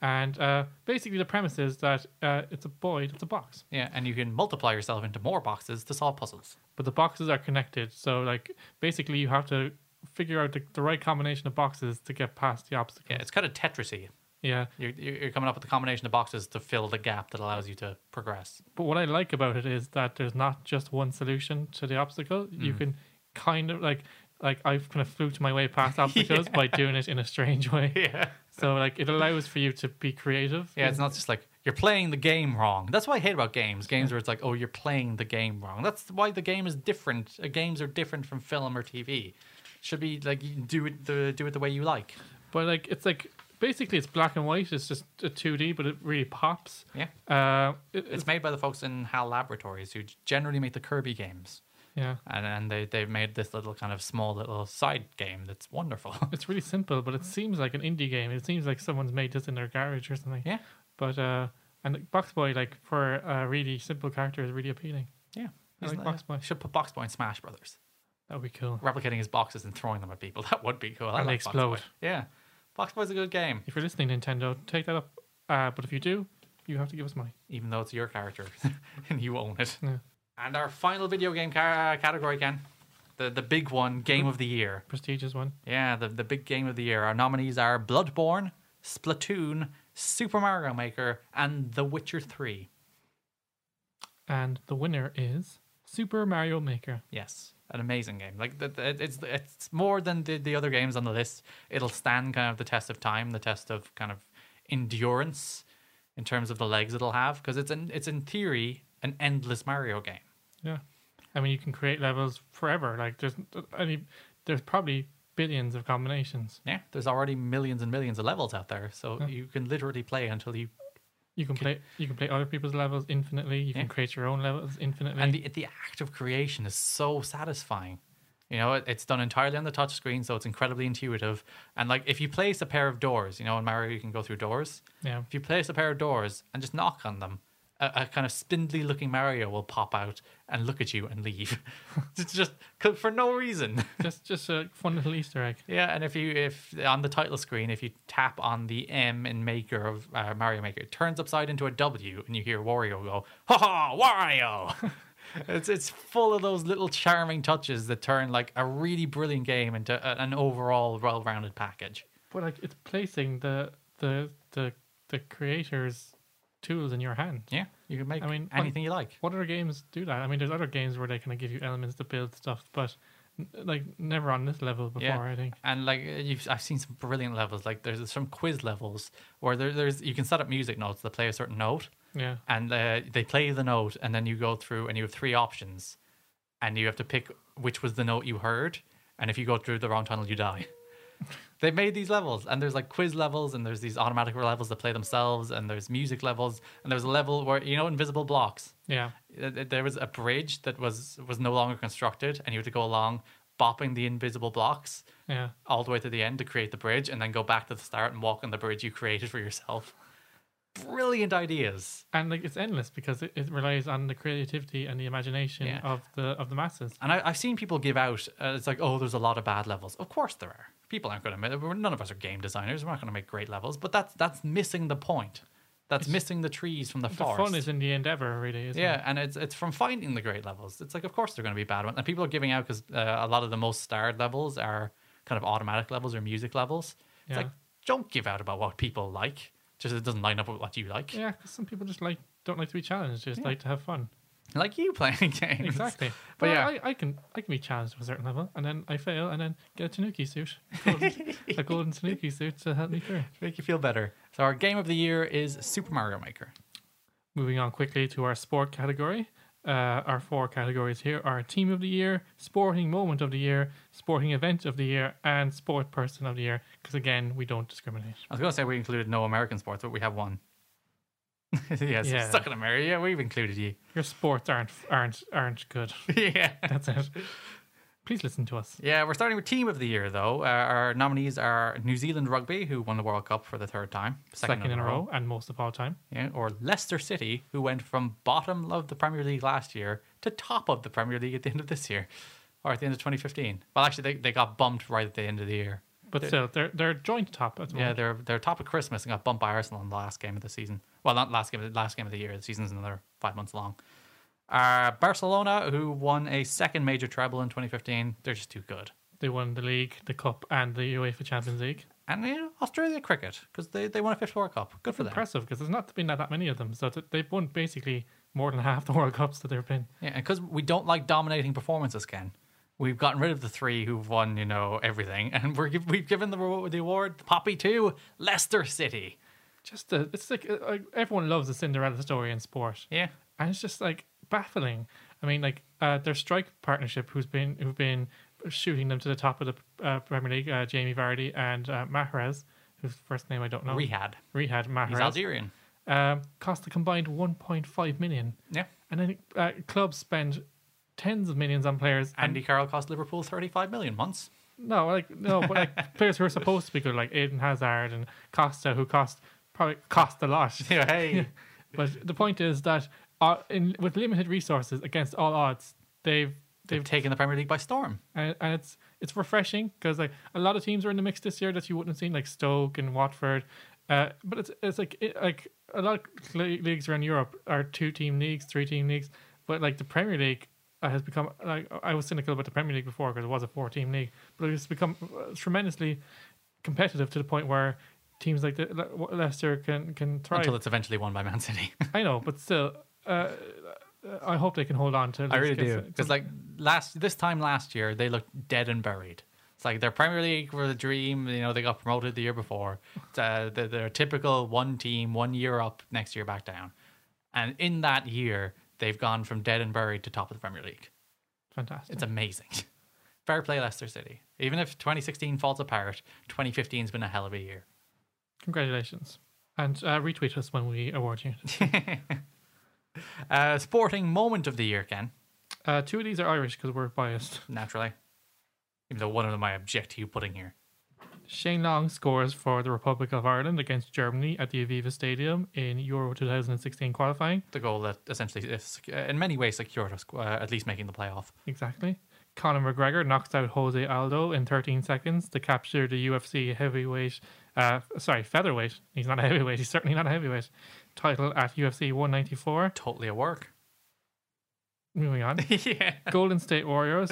And uh, basically, the premise is that uh, it's a boy that's a box,
yeah, and you can multiply yourself into more boxes to solve puzzles.
but the boxes are connected. So, like, basically, you have to figure out the, the right combination of boxes to get past the obstacle.
Yeah, it's kind of Tetrisy.
yeah.
You're, you're coming up with a combination of boxes to fill the gap that allows you to progress.
But what I like about it is that there's not just one solution to the obstacle. You
Mm.
can kind of like like I've kind of fluked my way past obstacles by doing it in a strange way.
Yeah.
So like it allows for you to be creative.
Yeah, it's not just like you're playing the game wrong. That's what I hate about games. Games where it's like, oh, you're playing the game wrong. That's why the game is different. Uh, Games are different from film or TV. Should be like you do it the do it the way you like.
But like it's like basically it's black and white. It's just a 2D, but it really pops.
Yeah.
Uh, it-
It's made by the folks in HAL Laboratories who generally make the Kirby games.
yeah.
And and they, they've made this little kind of small little side game that's wonderful.
It's really simple, but it seems like an indie game. It seems like someone's made this in their garage or something.
yeah.
But uh, and Box Boy like for a really simple character is really appealing.
Yeah.
I like
Isn't that-
Box Boy.
Should put Box Boy in Smash Brothers.
That would be cool.
Replicating his boxes and throwing them at people. That would be cool. I
And they
like Box Boy.
explode.
Yeah. Box Boy's a good game.
If you're listening, Nintendo, take that up. Uh, but if you do, you have to give us money.
even though it's your character and you own it.
Yeah.
And our final video game ca- category, Ken, the the big one, game of the year.
Prestigious one.
Yeah, the the big game of the year. Our nominees are Bloodborne, Splatoon, Super Mario Maker, and The Witcher Three.
And the winner is Super Mario Maker.
Yes, an amazing game. Like the, the, it's it's more than the, the other games on the list. It'll stand kind of the test of time, the test of kind of endurance in terms of the legs it'll have, because it's in it's in theory an endless Mario game.
Yeah. I mean, you can create levels forever. Like, there's any, there's probably billions of combinations.
Yeah, there's already millions and millions of levels out there, so you can literally play until you.
You can play, you can play other people's levels infinitely. You
Yeah.
can create your own levels infinitely.
And the, the act of creation is so satisfying. You know, it, it's done entirely on the touch screen, so it's incredibly intuitive. And like, if you place a pair of doors, you know, in Mario you can go through doors.
yeah.
If you place a pair of doors and just knock on them, a, a kind of spindly looking Mario will pop out and look at you and leave. it's just 'cause- for no reason.
just, just a fun little Easter egg.
Yeah, and if you if on the title screen, if you tap on the M in Maker of uh, Mario Maker, it turns upside into a W, and you hear Wario go, "Ha ha, Wario!" it's it's full of those little charming touches that turn like a really brilliant game into a, an overall well-rounded package.
But like, it's placing the the the the creator's tools in your hand.
Yeah, you can make
I mean,
anything you like.
What other games do that? I mean, there's other games where they kind of give you elements to build stuff, but n- like never on this level before.
Yeah.
I think.
And like uh, you've, I've seen some brilliant levels. Like there's some quiz levels where there, there's you can set up music notes that play a certain note,
Yeah,
and uh, they play the note, and then you go through, and you have three options, and you have to pick which was the note you heard, and if you go through the wrong tunnel, you die. they made these levels, and there's like quiz levels, and there's these automatic levels that play themselves, and there's music levels, and there's a level where you know invisible blocks.
yeah,
Uh, th- There was a bridge that was was no longer constructed, and you had to go along, bopping the invisible blocks
yeah.
all the way to the end to create the bridge, and then go back to the start and walk on the bridge you created for yourself. Brilliant ideas.
And like it's endless because it, it relies on the creativity and the imagination
Yeah.
of the of the masses.
And I, I've seen people give out, uh, it's like, oh, there's a lot of bad levels. Of course there are. People aren't going to, none of us are game designers. We're not going to make great levels, but that's that's missing the point. That's missing the trees from the,
The
forest.
fun is in the endeavor, really. Isn't
yeah, and it's it's from finding the great levels. It's like, of course they're going to be bad ones. And people are giving out because uh, a lot of the most starred levels are kind of automatic levels or music levels. It's
Yeah.
like, don't give out about what people like. Just it doesn't line up with what you like.
It? Yeah, 'cause some people just like don't like to be challenged. Just like to have fun.
Like you playing games.
Exactly.
But
but
yeah.
yeah, I, I can I can be challenged to a certain level, and then I fail, and then get a Tanuki suit, golden, a golden Tanuki suit to help me through.
Make you feel better. So our game of the year is Super Mario Maker.
Moving on quickly to our sport category. Uh, our four categories here are Team of the Year, Sporting Moment of the Year, Sporting Event of the Year, and Sport Person of the Year. Because again, we don't discriminate.
I was going to say we included no American sports, but we have one. yes,
Yeah.
stuck in America. Yeah, we've included you.
Your sports aren't aren't aren't good.
yeah.
That's it. Please listen to us.
Yeah, we're starting with Team of the Year, though. Uh, our nominees are New Zealand Rugby, who won the World Cup for the third time,
Second, in a row. and most of all time.
Yeah, or Leicester City, who went from bottom of the Premier League last year to top of the Premier League at the end of this year, or at the end of 2015. Well, actually, they, they got bumped right at the end of the year.
But still, they're they're joint top at the
Yeah,
moment.
they're they're top of Christmas and got bumped by Arsenal in the last game of the season. Well, not last game, last game of the year. The season's another five months long. Uh, Barcelona, who won a second major treble in 2015, they're just too good.
They won the league, the cup, and the UEFA Champions League.
And you know, Australia cricket, because they, they won a fifth World Cup. Good for them.
Impressive because there's not been that, that many of them. So that they've won basically more than half the World Cups that they've been.
Yeah, and because we don't like dominating performances, Ken. We've gotten rid of the three who've won, you know, everything, and we're giv- we've given the reward, the award, the Poppy to Leicester City.
Just a, it's like uh, uh, everyone loves a Cinderella story in sport,
Yeah,
and it's just like baffling. I mean, like uh, their strike partnership, who's been who've been shooting them to the top of the uh, Premier League, uh, Jamie Vardy and uh, Mahrez, whose first name I don't know.
Rehad.
Oh. Rehad
He's
Mahrez.
Algerian.
Um, cost a combined 1.5 million,
Yeah.
and then uh, clubs spend tens of millions on players. And
Andy Carroll cost Liverpool 35 million once.
no, like no, but like players who are supposed to be good, like Aiden Hazard and Costa, who cost probably cost a lot.
Yeah, hey.
But the point is that uh, in, with limited resources, against all odds, they've
They've
they've
taken the Premier League by storm.
and, and it's it's refreshing because like a lot of teams are in the mix this year that you wouldn't have seen like Stoke and Watford, uh, but it's it's like it, like a lot of le- leagues around Europe are two team leagues, three team leagues, but like the Premier League uh, has become like I was cynical about the Premier League before because it was a four team league, but it's become uh, tremendously competitive to the point where teams like the Le- Leicester can can thrive.
Until it's eventually won by Man City.
I know, but still. Uh, I hope they can hold on to.
I
this
really
gets-
do. Because like last this time last year, they looked dead and buried. It's like their Premier League were the dream. You know, they got promoted the year before. It's, uh, they're, they're a typical one team, one year up, next year back down. And in that year, they've gone from dead and buried to top of the Premier League.
fantastic.
It's amazing. Fair play, Leicester City. Even if 2016 falls apart, 2015's been a hell of a year.
Congratulations. And uh, retweet us when we award you.
Uh, sporting moment of the year, Ken.
Uh, two of these are Irish because we're biased.
Naturally, even though one of them I object to you putting here.
Shane Long scores for the Republic of Ireland against Germany at the Aviva Stadium in Euro 2016 qualifying.
the goal that essentially, is- uh, in many ways, secured us uh, at least making the playoff.
Exactly. Conor McGregor knocks out Jose Aldo in 13 seconds to capture the UFC heavyweight, uh, sorry, featherweight. He's not a heavyweight. He's certainly not a heavyweight. Title at UFC 194.
Totally a work.
Moving on.
yeah.
Golden State Warriors,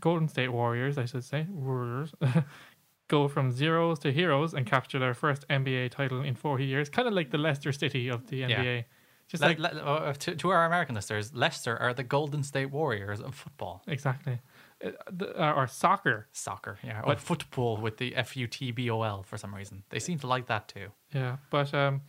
Golden State Warriors, I should say, Warriors, go from zeros to heroes and capture their first NBA title in 40 years. Kind of like the Leicester City of the NBA. Just
Like,
like,
le- uh, to, to our American listeners, Leicester are the Golden State Warriors of football.
exactly. Uh, the, uh, or soccer.
Soccer, yeah. Or football with the F U T B O L for some reason. They seem to like that too.
Yeah. But um,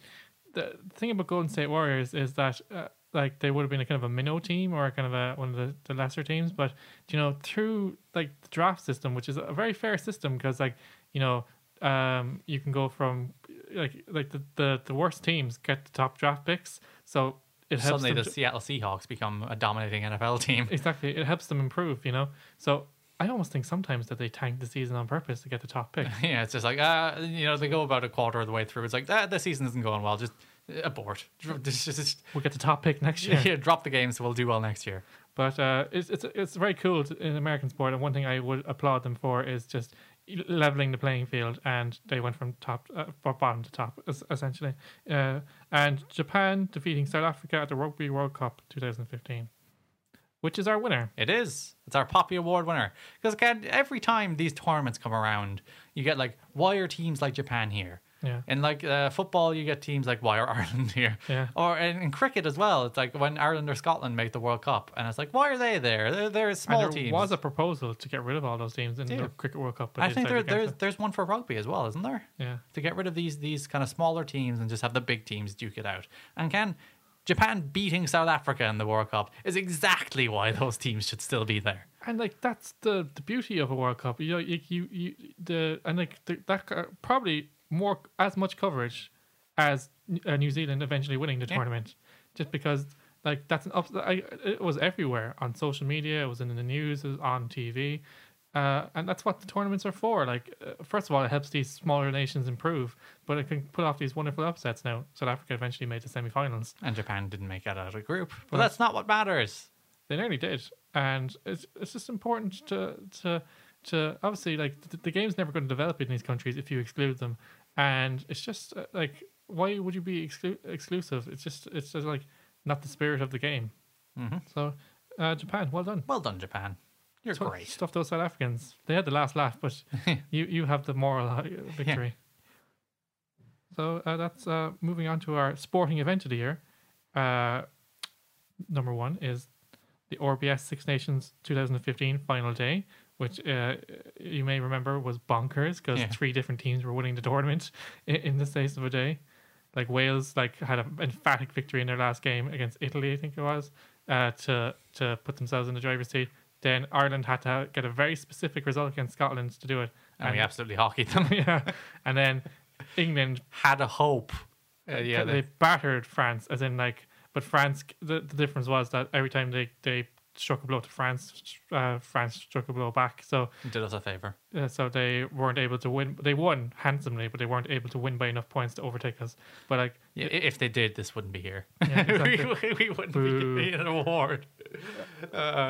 the thing about Golden State Warriors is that. Uh, like they would have been a kind of a minnow team or a kind of a one of the, the lesser teams, but you know through like the draft system, which is a very fair system because like you know um, you can go from like like the, the, the worst teams get the top draft picks, so it helps
Suddenly,
them
the
to-
Seattle Seahawks become a dominating NFL team.
exactly it helps them improve, you know. So I almost think sometimes that they tank the season on purpose to get the top pick.
Yeah, it's just like, uh, you know, they go about a quarter of the way through. It's like, ah, this season isn't going well. Just uh, abort. Just, just, just-
We'll get the top pick next year.
yeah, drop the game so we'll do well next year.
But uh, it's it's it's very cool to, in American sport, and one thing I would applaud them for is just leveling the playing field. And they went from top uh, bo- bottom to top es- essentially. Uh, and Japan defeating South Africa at the Rugby World Cup 2015, which is our winner.
It is. It's our Poppy Award winner. Because again, every time these tournaments come around, you get like, why are teams like Japan here?
Yeah.
And like uh, football, you get teams like why are Ireland here?
Yeah.
Or in, in cricket as well, it's like when Ireland or Scotland make the World Cup, and it's like why are they there? They're, they're a small
and there
teams.
was a proposal to get rid of all those teams in
Yeah.
the Cricket World Cup. But
I
they
think there,
decided
there's
against
there's one for rugby as well, isn't there?
it. yeah.
To get rid of these these kind of smaller teams and just have the big teams duke it out. And can Japan beating South Africa in the World Cup is exactly why those teams should still be there.
and like that's the the beauty of a World Cup. You know, you you, you the and like the, that co- probably more as much coverage as uh, New Zealand eventually winning the tournament, just because like that's an up. I, it was everywhere on social media. It was in the news. It was on TV. Uh, and that's what the tournaments are for. Like, uh, first of all, it helps these smaller nations improve, but it can put off these wonderful upsets. Now, South Africa eventually made the semifinals.
And Japan didn't make it out of the group. But that's not what matters.
they nearly did, and it's it's just important to to to obviously like the, the game's never going to develop in these countries if you exclude them, and it's just uh, like why would you be exclu- exclusive? It's just it's just like not the spirit of the game. Mm-hmm. So uh, Japan, well done.
Well done, Japan. You're great.
Stuff those South Africans. They had the last laugh, but you you have the moral uh, victory. So uh, that's uh, moving on to our sporting event of the year. Uh, number one is the RBS Six Nations 2015 final day, which uh, you may remember was bonkers because
Yeah.
three different teams were winning the tournament in, in the space of a day. Like Wales, like had an emphatic victory in their last game against Italy, I think it was, uh, to to put themselves in the driver's seat. Then Ireland had to get a very specific result against Scotland to do it.
And we absolutely hockeyed them.
yeah, and then England
Had a hope. Uh, yeah,
they,
they,
battered France, as in like, but France. The, the difference was that every time they they struck a blow to France, uh, France struck a blow back. So
did us a favor.
uh, so they weren't able to win. They won handsomely, but they weren't able to win by enough points to overtake us. But like,
Yeah, i- if they did, this wouldn't be here.
Yeah,
we, we wouldn't
Boo.
be getting an award.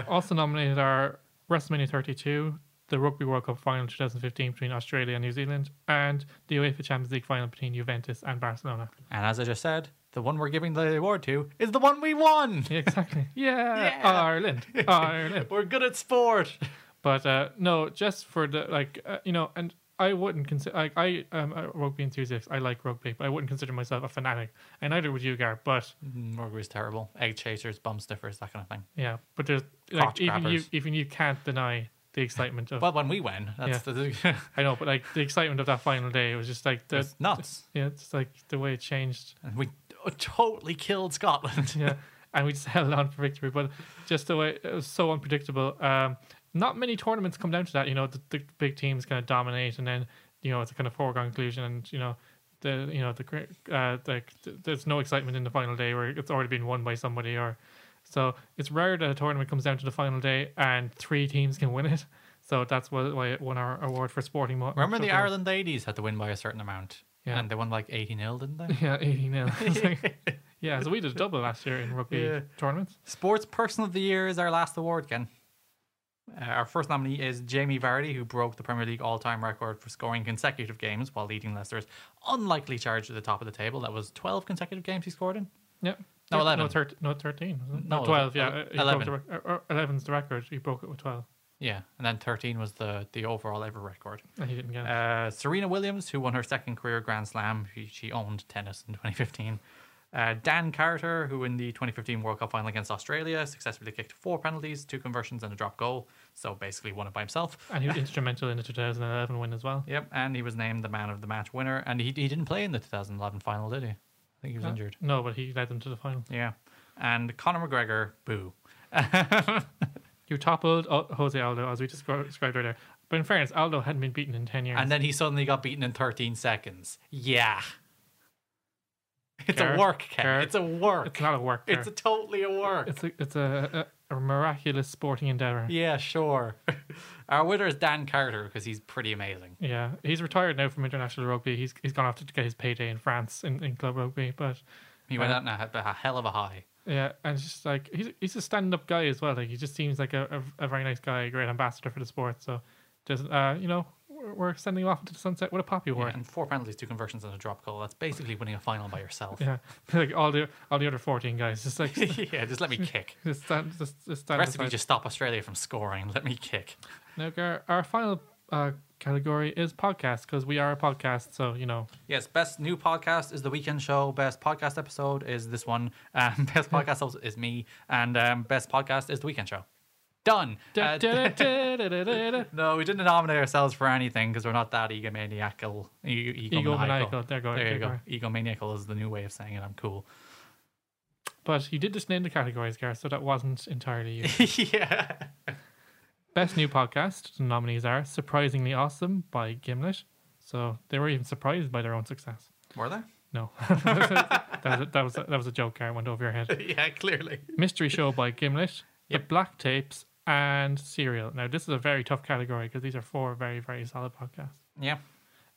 also nominated are WrestleMania 32, the Rugby World Cup final 2015 between Australia and New Zealand, and the UEFA Champions League final between Juventus and Barcelona.
And as I just said, the one we're giving the award to is the one we won.
Yeah, exactly. yeah,
Yeah.
Ireland, Ireland.
We're good at sport.
But uh, no, just for the like, uh, you know, and I wouldn't consider like I am a rugby enthusiast. I like rugby, but I wouldn't consider myself a fanatic, and neither would you, Gar. But
Rugby's Mm, terrible. Egg chasers, bum sniffers, that kind of thing.
yeah, but there's like
Crotch
even you
grabbers.
even you can't deny the excitement of.
Well, when we win, that's the
I know, but like the excitement of that final day, it was just like the
it's nuts.
yeah, it's like the way it changed.
And we totally killed Scotland.
yeah, and we just held on for victory. But just the way it was so unpredictable. Um, not many tournaments come down to that. You know, the, the big teams kind of dominate, and then you know it's a kind of foregone conclusion, and you know. The you know the gr- uh like th- there's no excitement in the final day where it's already been won by somebody or so it's rare that a tournament comes down to the final day and three teams can win it so that's why why it won our award for sporting mo-
Remember the
showdown.
Ireland ladies had to win by a certain amount.
Yeah.
And they won like 80 0, didn't they?
yeah 80 nil It's like- yeah so we did a double last year in rugby
Yeah.
tournaments
Sports Person of the Year is our last award, Ken. Uh, our first nominee is Jamie Vardy, who broke the Premier League all time record for scoring consecutive games while leading Leicester's unlikely charge to the top of the table. That was 12 consecutive games he scored in.
Yeah.
No,
Yeah,
11.
No, 13, no 13. was it?
No,
No, 12, yeah.
ele-
uh, he broke
11.
the rec- uh, uh, 11's the record. He broke it with 12.
Yeah. And then 13 was the, the overall ever record.
And he didn't get it.
Uh, Serena Williams, who won her second career Grand Slam, she, she owned tennis in 2015. Uh, Dan Carter, who in the 2015 World Cup final against Australia successfully kicked four penalties, two conversions, and a drop goal. So basically won it by himself.
and he was instrumental in the 2011 win as well.
Yep, and he was named the man of the match winner. And he, he didn't play in the 2011 final, did he? I think he was
Uh,
injured.
No, but he led them to the final.
Yeah. And Conor McGregor, boo.
You toppled uh, Jose Aldo, as we descri- described earlier. But in fairness, Aldo hadn't been beaten in 10 years.
And then he suddenly got beaten in 13 seconds. Yeah. It's
Care,
a work, Ken.
care.
It's a work.
it's not a work.
It's a totally a work.
it's a, it's a, a, a miraculous sporting endeavor. Yeah.
Yeah, sure. Our winner is Dan Carter because he's pretty amazing.
he's retired now from international rugby. He's he's gone off to get his payday in France in, in club rugby, but
He went out and had a hell of a high.
Yeah, and it's just like he's he's a stand up guy as well. Like he just seems like a, a, a very nice guy, a great ambassador for the sport. So just uh, you know, we're, we're sending him off into the sunset with a poppy award.
And four penalties, two conversions, and a drop goal. That's basically winning a final by yourself.
Yeah, like all the all the other fourteen guys, just like
yeah, just let me kick.
just stand, just, just stand.
The rest of you
aside.
just stop Australia from scoring. Let me kick.
Now, Gar, our final uh, category is podcast because we are a podcast. So you know,
Yes, best new podcast is the weekend show. Best podcast episode is this one. Um, best podcast episode is me, and um, best podcast is the weekend show. Done. Uh,
egomaniacal.
no, we didn't nominate ourselves for anything because we're not that egomaniacal. E- egomaniacal.
There you go.
There you go. Egomaniacal is the new way of saying it. I'm cool.
But you did just name the categories, Gareth, so that wasn't entirely you.
yeah.
Best New Podcast, the nominees are Surprisingly Awesome by Gimlet. So they were even surprised by their own success.
Were they?
No. that, was a, that, was a, that was a joke, Gareth, went over your head.
yeah, clearly.
Mystery Show by Gimlet, The Black Tapes, and Serial. Now, this is a very tough category because these are four very, very solid podcasts.
Yeah.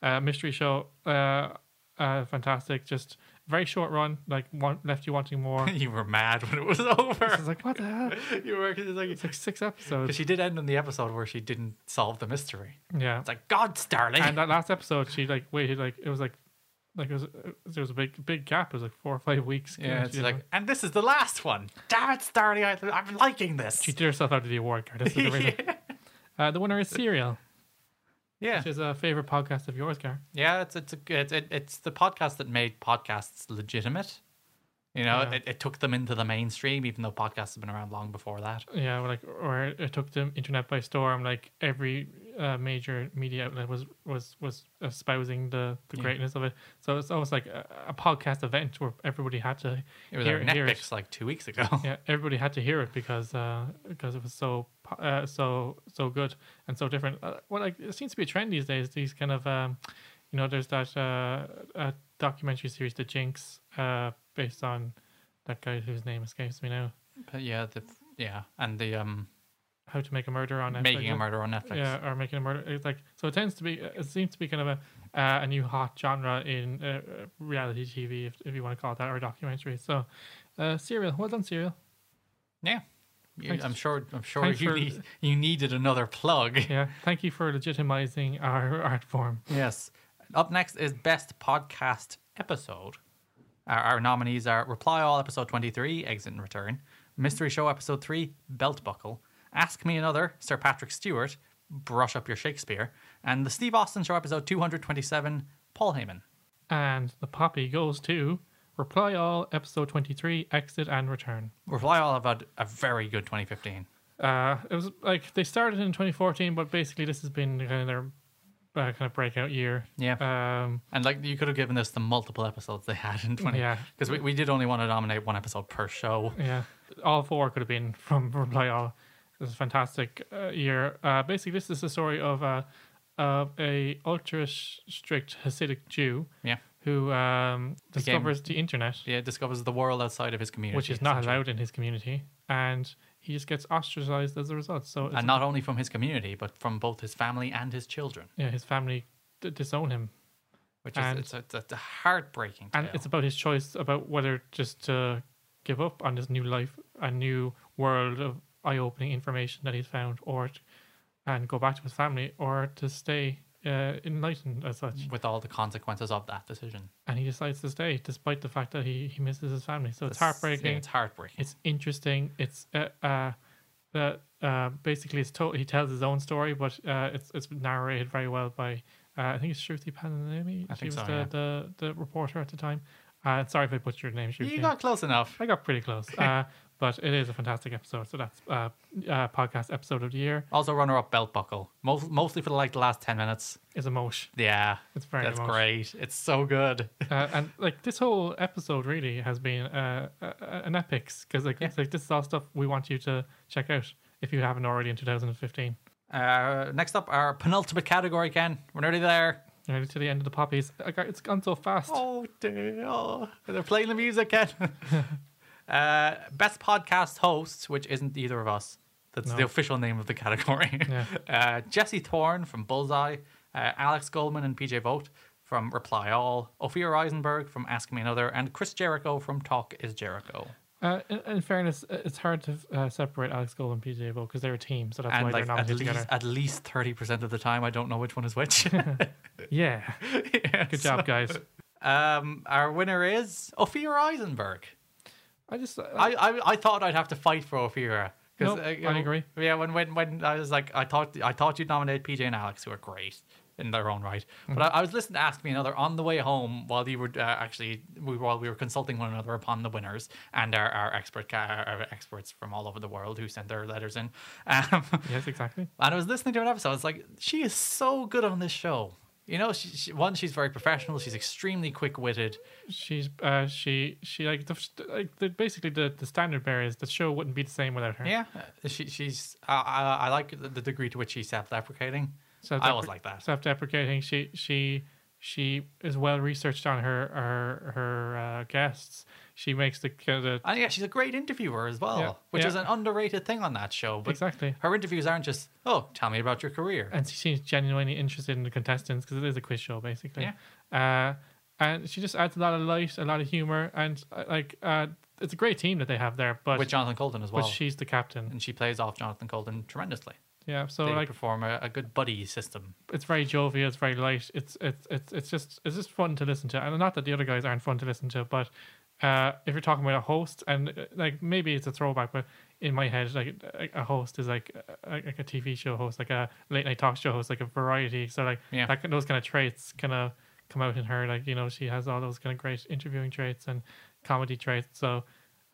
uh, mystery show. Uh, uh, fantastic. Just very short run. Like one, left you wanting more.
You were mad when it was
I
over.
was like, what the hell?
you were cause it's like
It's like six
because
episodes.
she did end on the episode where she didn't solve the mystery.
Yeah.
It's like God, Starling.
And that last episode, she like waited like it was like like it was there was a big big gap. It was like four or five weeks. you know,
yeah, it's
she didn't-
like, and this is the last one. Damn it, Starling! I, I'm liking this.
she did herself out of the award card. That's the reason.
yeah.
Uh, the winner is Serial,
yeah,
which is a favorite podcast of yours, Gar.
yeah. It's it's a, it's it, it's the podcast that made podcasts legitimate. You know,
Yeah.
it, it took them into the mainstream, even though podcasts have been around long before that.
Yeah, well, like or it took the internet by storm. Like every uh, major media outlet was was was espousing the, the greatness of it. So it's almost like a, a podcast event where everybody had to
It was
hear,
on
hear
Netflix
it.
like two weeks ago.
Yeah, everybody had to hear it because uh, because it was so po- uh, so so good and so different. Uh, well, like it seems to be a trend these days. These kind of um, you know, there's that uh, uh, documentary series, The Jinx, uh, based on that guy whose name escapes me now.
But yeah, the yeah, and the um
How to Make a Murder on Netflix.
making a murder on Netflix.
yeah, or making a murder. It's like so. It tends to be. It seems to be kind of a uh, a new hot genre in uh, uh, reality TV, if, if you want to call it that, or documentary. So, uh, serial. Well done, serial.
Yeah. You-
Thanks.
I'm sure. I'm sure
Thanks
you
for-
need, you needed another plug.
Yeah. Thank you for legitimizing our art form.
Yes. Up next is best podcast episode. Our, our nominees are Reply All episode 23, Exit and Return, Mystery Show episode 3, Belt Buckle, Ask Me Another, Sir Patrick Stewart, Brush Up Your Shakespeare, and the Steve Austin Show episode 227, Paul Heyman.
And the poppy goes to reply all episode twenty three exit and return.
Reply All have had a very good 2015.
Uh, it was like they started in twenty fourteen, but basically this has been kind of their uh, kind of breakout year.
Yeah.
Um.
Uh, And like you could have given us the multiple episodes they had in 20
Yeah.
because we, we did only want to nominate one episode per show.
Yeah, all four could have been from Reply All. It was a fantastic uh, year. Uh, basically, this is the story of a of a ultra s- strict Hasidic Jew
Yeah.
who um, discovers the internet,
Yeah, discovers the world outside of his community.
which is not
essentially.
allowed in his community, and he just gets ostracized as a result. So it's,
and Uh, not only from his community, but from both his family and his children,
yeah, his family d- disown him,
which is
And-
it's, a, it's a- it's a heartbreaking.
and
tale.
it's about his choice about whether just to give up on this new life, a new world of eye-opening information that he's found, or t- and go back to his family, or to stay uh, enlightened as such.
with all the consequences of that decision.
And he decides to stay, despite the fact that he, he misses his family. So it's
That's- yeah,
heartbreaking.
it's heartbreaking.
it's interesting. It's uh, uh, uh, uh, basically it's to- he tells his own story, but uh, it's it's narrated very well by uh, I think it's Shruti Pananami.
I think
she
so,
was the,
yeah.
the the reporter at the time. Uh, sorry if I butchered your name, Shruti.
you got close enough.
I got pretty close. uh, but it is a fantastic episode. So that's uh, uh, podcast episode of the year
Also, runner-up belt buckle, Most, mostly for like the last ten minutes.
is a mosh.
Yeah,
It's very
that's
emotional.
great. It's so good.
uh, and like this whole episode really has been uh, a- a- an epics because like, it's like this is all stuff we want you to check out if you haven't already in 2015.
uh, next up, our penultimate category. Ken, we're nearly there.
You know, to the end of the poppies. Like, It's gone so fast.
Oh dear! Oh, they're playing the music, Ken. uh, best podcast hosts, which isn't either of us. That's the
No.
official name of the category.
Yeah.
Uh, Jesse Thorne from Bullseye, uh, Alex Goldman and PJ Vogt from Reply All, Ophir Eisenberg from Ask Me Another, and Chris Jericho from Talk Is Jericho.
Uh, in, in fairness, it's hard to uh, separate Alex Gold and PJ Vogt because they're a team, so that's
and
why
like
they're
at
nominated
least
together.
at least thirty percent of the time, I don't know which one is which.
yeah. Good job, guys.
um, our winner is Ophir Eisenberg.
I just uh,
I, I I thought I'd have to fight for Ophira.
Nope, I agree.
uh, Yeah, when, when when I was like, I thought I thought you'd nominate PJ and Alex, who are great in their own right.
Mm.
But I, I was listening to Ask Me Another on the way home while you were uh, actually we while we were consulting one another upon the winners and our our expert ca- our our experts from all over the world who sent their letters in. Um,
yes, exactly.
and I was listening to an episode. I was like, she is so good on this show. You know, she, she, one, she's very professional. She's extremely quick-witted.
She's uh, she she like the, like the, basically the the standard bearer is the show wouldn't be the same without her.
Yeah, uh, she, she's. I I, I like the, the degree to which she's self-deprecating. I always like that.
Self-deprecating. She she she is well researched on her her her uh, guests. She makes the the
And yeah, she's a great interviewer as well,
Yeah,
which
yeah.
is an underrated thing on that show. But
exactly.
her interviews aren't just, oh, tell me about your career.
and she seems genuinely interested in the contestants because it is a quiz show basically. Uh, and she just adds a lot of light, a lot of humor, and uh, like uh, it's a great team that they have there. But
with Jonathan Colton as
but
well.
she's the captain.
and she plays off Jonathan Colton tremendously.
Yeah, so
they
like
perform a, a good buddy system.
it's very jovial, it's very light. It's it's it's it's just it's just fun to listen to. And not that the other guys aren't fun to listen to, but uh, if you're talking about a host and uh, like maybe it's a throwback, but in my head, like a a host is like a, like a TV show host, like a late night talk show host, like a variety. So like
Yeah.
that, those kind of traits kind of come out in her. Like you know, she has all those kind of great interviewing traits and comedy traits. So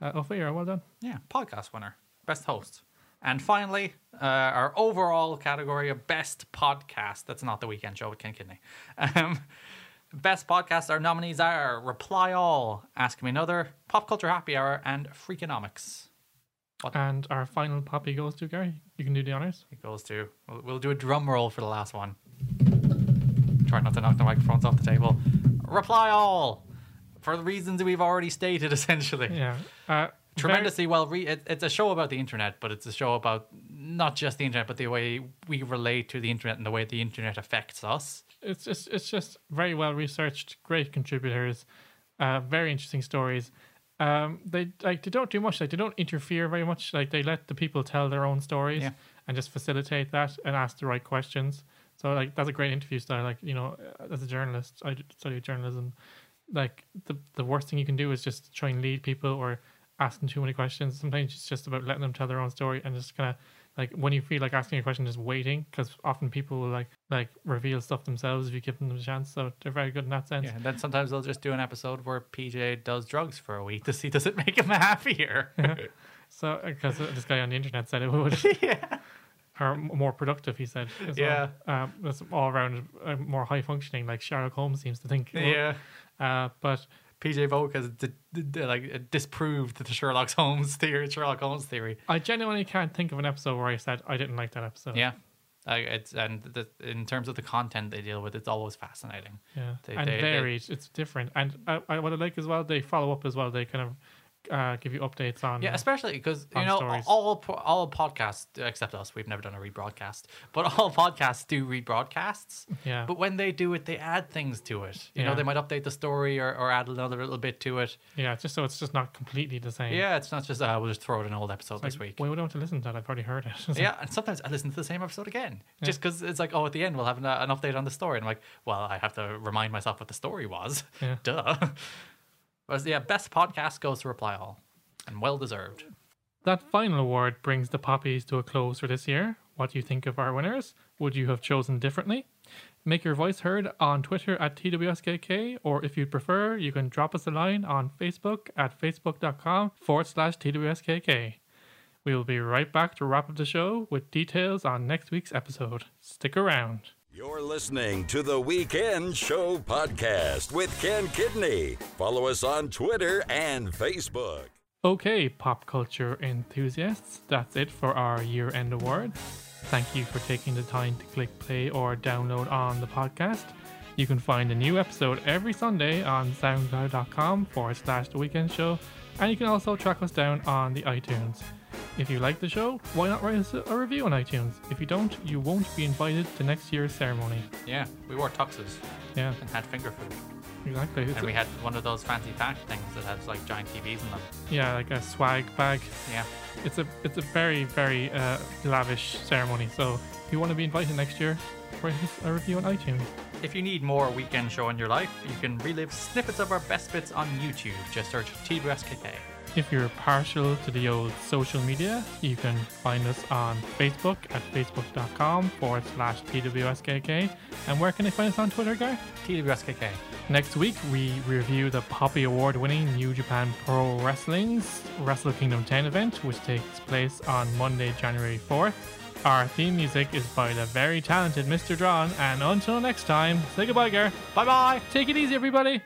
uh, hopefully you're well done.
Yeah, podcast winner, best host. And finally, uh, our overall category of best podcast. That's not the weekend show with Ken Kidney. Um, best podcast. Our nominees are Reply All, Ask Me Another, Pop Culture Happy Hour, and Freakonomics.
And our final poppy goes to Gary. You can do the honors.
It goes to. We'll, we'll do a drum roll for the last one. Try not to knock the microphones off the table. Reply all, for the reasons we've already stated, essentially.
Yeah. Uh, very-
Tremendously well. Re- it, it's a show about the internet, but it's a show about not just the internet, but the way we relate to the internet and the way the internet affects us.
it's just it's just very well researched, great contributors, uh, very interesting stories. Um, they like they don't do much. Like they don't interfere very much. Like they let the people tell their own stories
Yeah.
and just facilitate that and ask the right questions. So like that's a great interview style. Like you know, as a journalist, I study journalism. Like the the worst thing you can do is just try and lead people or ask them too many questions. Sometimes it's just about letting them tell their own story and just kind of like when you feel like asking a question, just waiting because often people will like like reveal stuff themselves if you give them the chance. So they're very good in that sense.
Yeah, and then sometimes they'll just do an episode where PJ does drugs for a week to see does it make him happier.
So because this guy on the internet said it would. Or m- more productive, he said. as well.
Yeah.
um, that's all around uh, more high functioning, like Sherlock Holmes seems to think.
yeah.
uh, but
PJ Vogue has d- d- d- like disproved the Sherlock Holmes theory. Sherlock Holmes theory.
I genuinely can't think of an episode where I said I didn't like that episode.
Yeah, I it's and the, in terms of the content they deal with, it's always fascinating.
Yeah,
They-
and
they- they-
varied. It's different, and I, I, what I like as well, they follow up as well. They kind of uh, give you updates on.
Yeah, especially because you
Fun
know
stories.
all po- all podcasts except us, we've never done a rebroadcast, but all podcasts do rebroadcasts.
Yeah.
But when they do it, they add things to it. You know,
Yeah.
they might update the story or, or add another little bit to it.
yeah, just so it's just not completely the same.
Yeah, it's not just uh, we'll just throw it in an old episode
like,
this week.
We don't have to listen to that. I've already heard it. It's like,
Yeah, and sometimes I listen to the same episode again just because it's like, oh, at the end we'll have an, uh, an update on the story. And I'm like, well, I have to remind myself what the story was.
Yeah.
Duh. But yeah, best podcast goes to Reply All, and well deserved.
That final award brings the poppies to a close for this year. What do you think of our winners? Would you have chosen differently? Make your voice heard on Twitter at TWSKK, or if you prefer, you can drop us a line on Facebook at facebook.com forward slash TWSKK. We will be right back to wrap up the show with details on next week's episode. Stick around.
You're listening to the Weekend Show podcast with Ken Kidney. Follow us on Twitter and Facebook.
Okay, pop culture enthusiasts, that's it for our year end awards. Thank you for taking the time to click play or download on the podcast. You can find a new episode every Sunday on soundcloud.com forward slash the weekend show, and you can also track us down on the iTunes. If you like the show, why not write us a a review on iTunes? If you don't, you won't be invited to next year's ceremony.
Yeah, we wore tuxes
Yeah,
and had finger food,
exactly. It's
and
a-
we had one of those fancy pack things that has like giant TVs in them.
yeah, like a swag bag.
Yeah,
it's a it's a very very uh, lavish ceremony. So if you want to be invited next year, write us a review on iTunes.
If you need more weekend show in your life, you can relive snippets of our best bits on YouTube. Just search TWSKK.
If you're partial to the old social media, you can find us on Facebook at facebook.com forward slash PWSKK. And where can they find us on Twitter, guy?
TWSKK.
Next week, we review the Poppy Award winning New Japan Pro Wrestling's Wrestle Kingdom 10 event, which takes place on Monday, January 4th. Our theme music is by the very talented Mr. Dron, and until next time, say goodbye, Gar.
Bye bye.
Take it easy, everybody.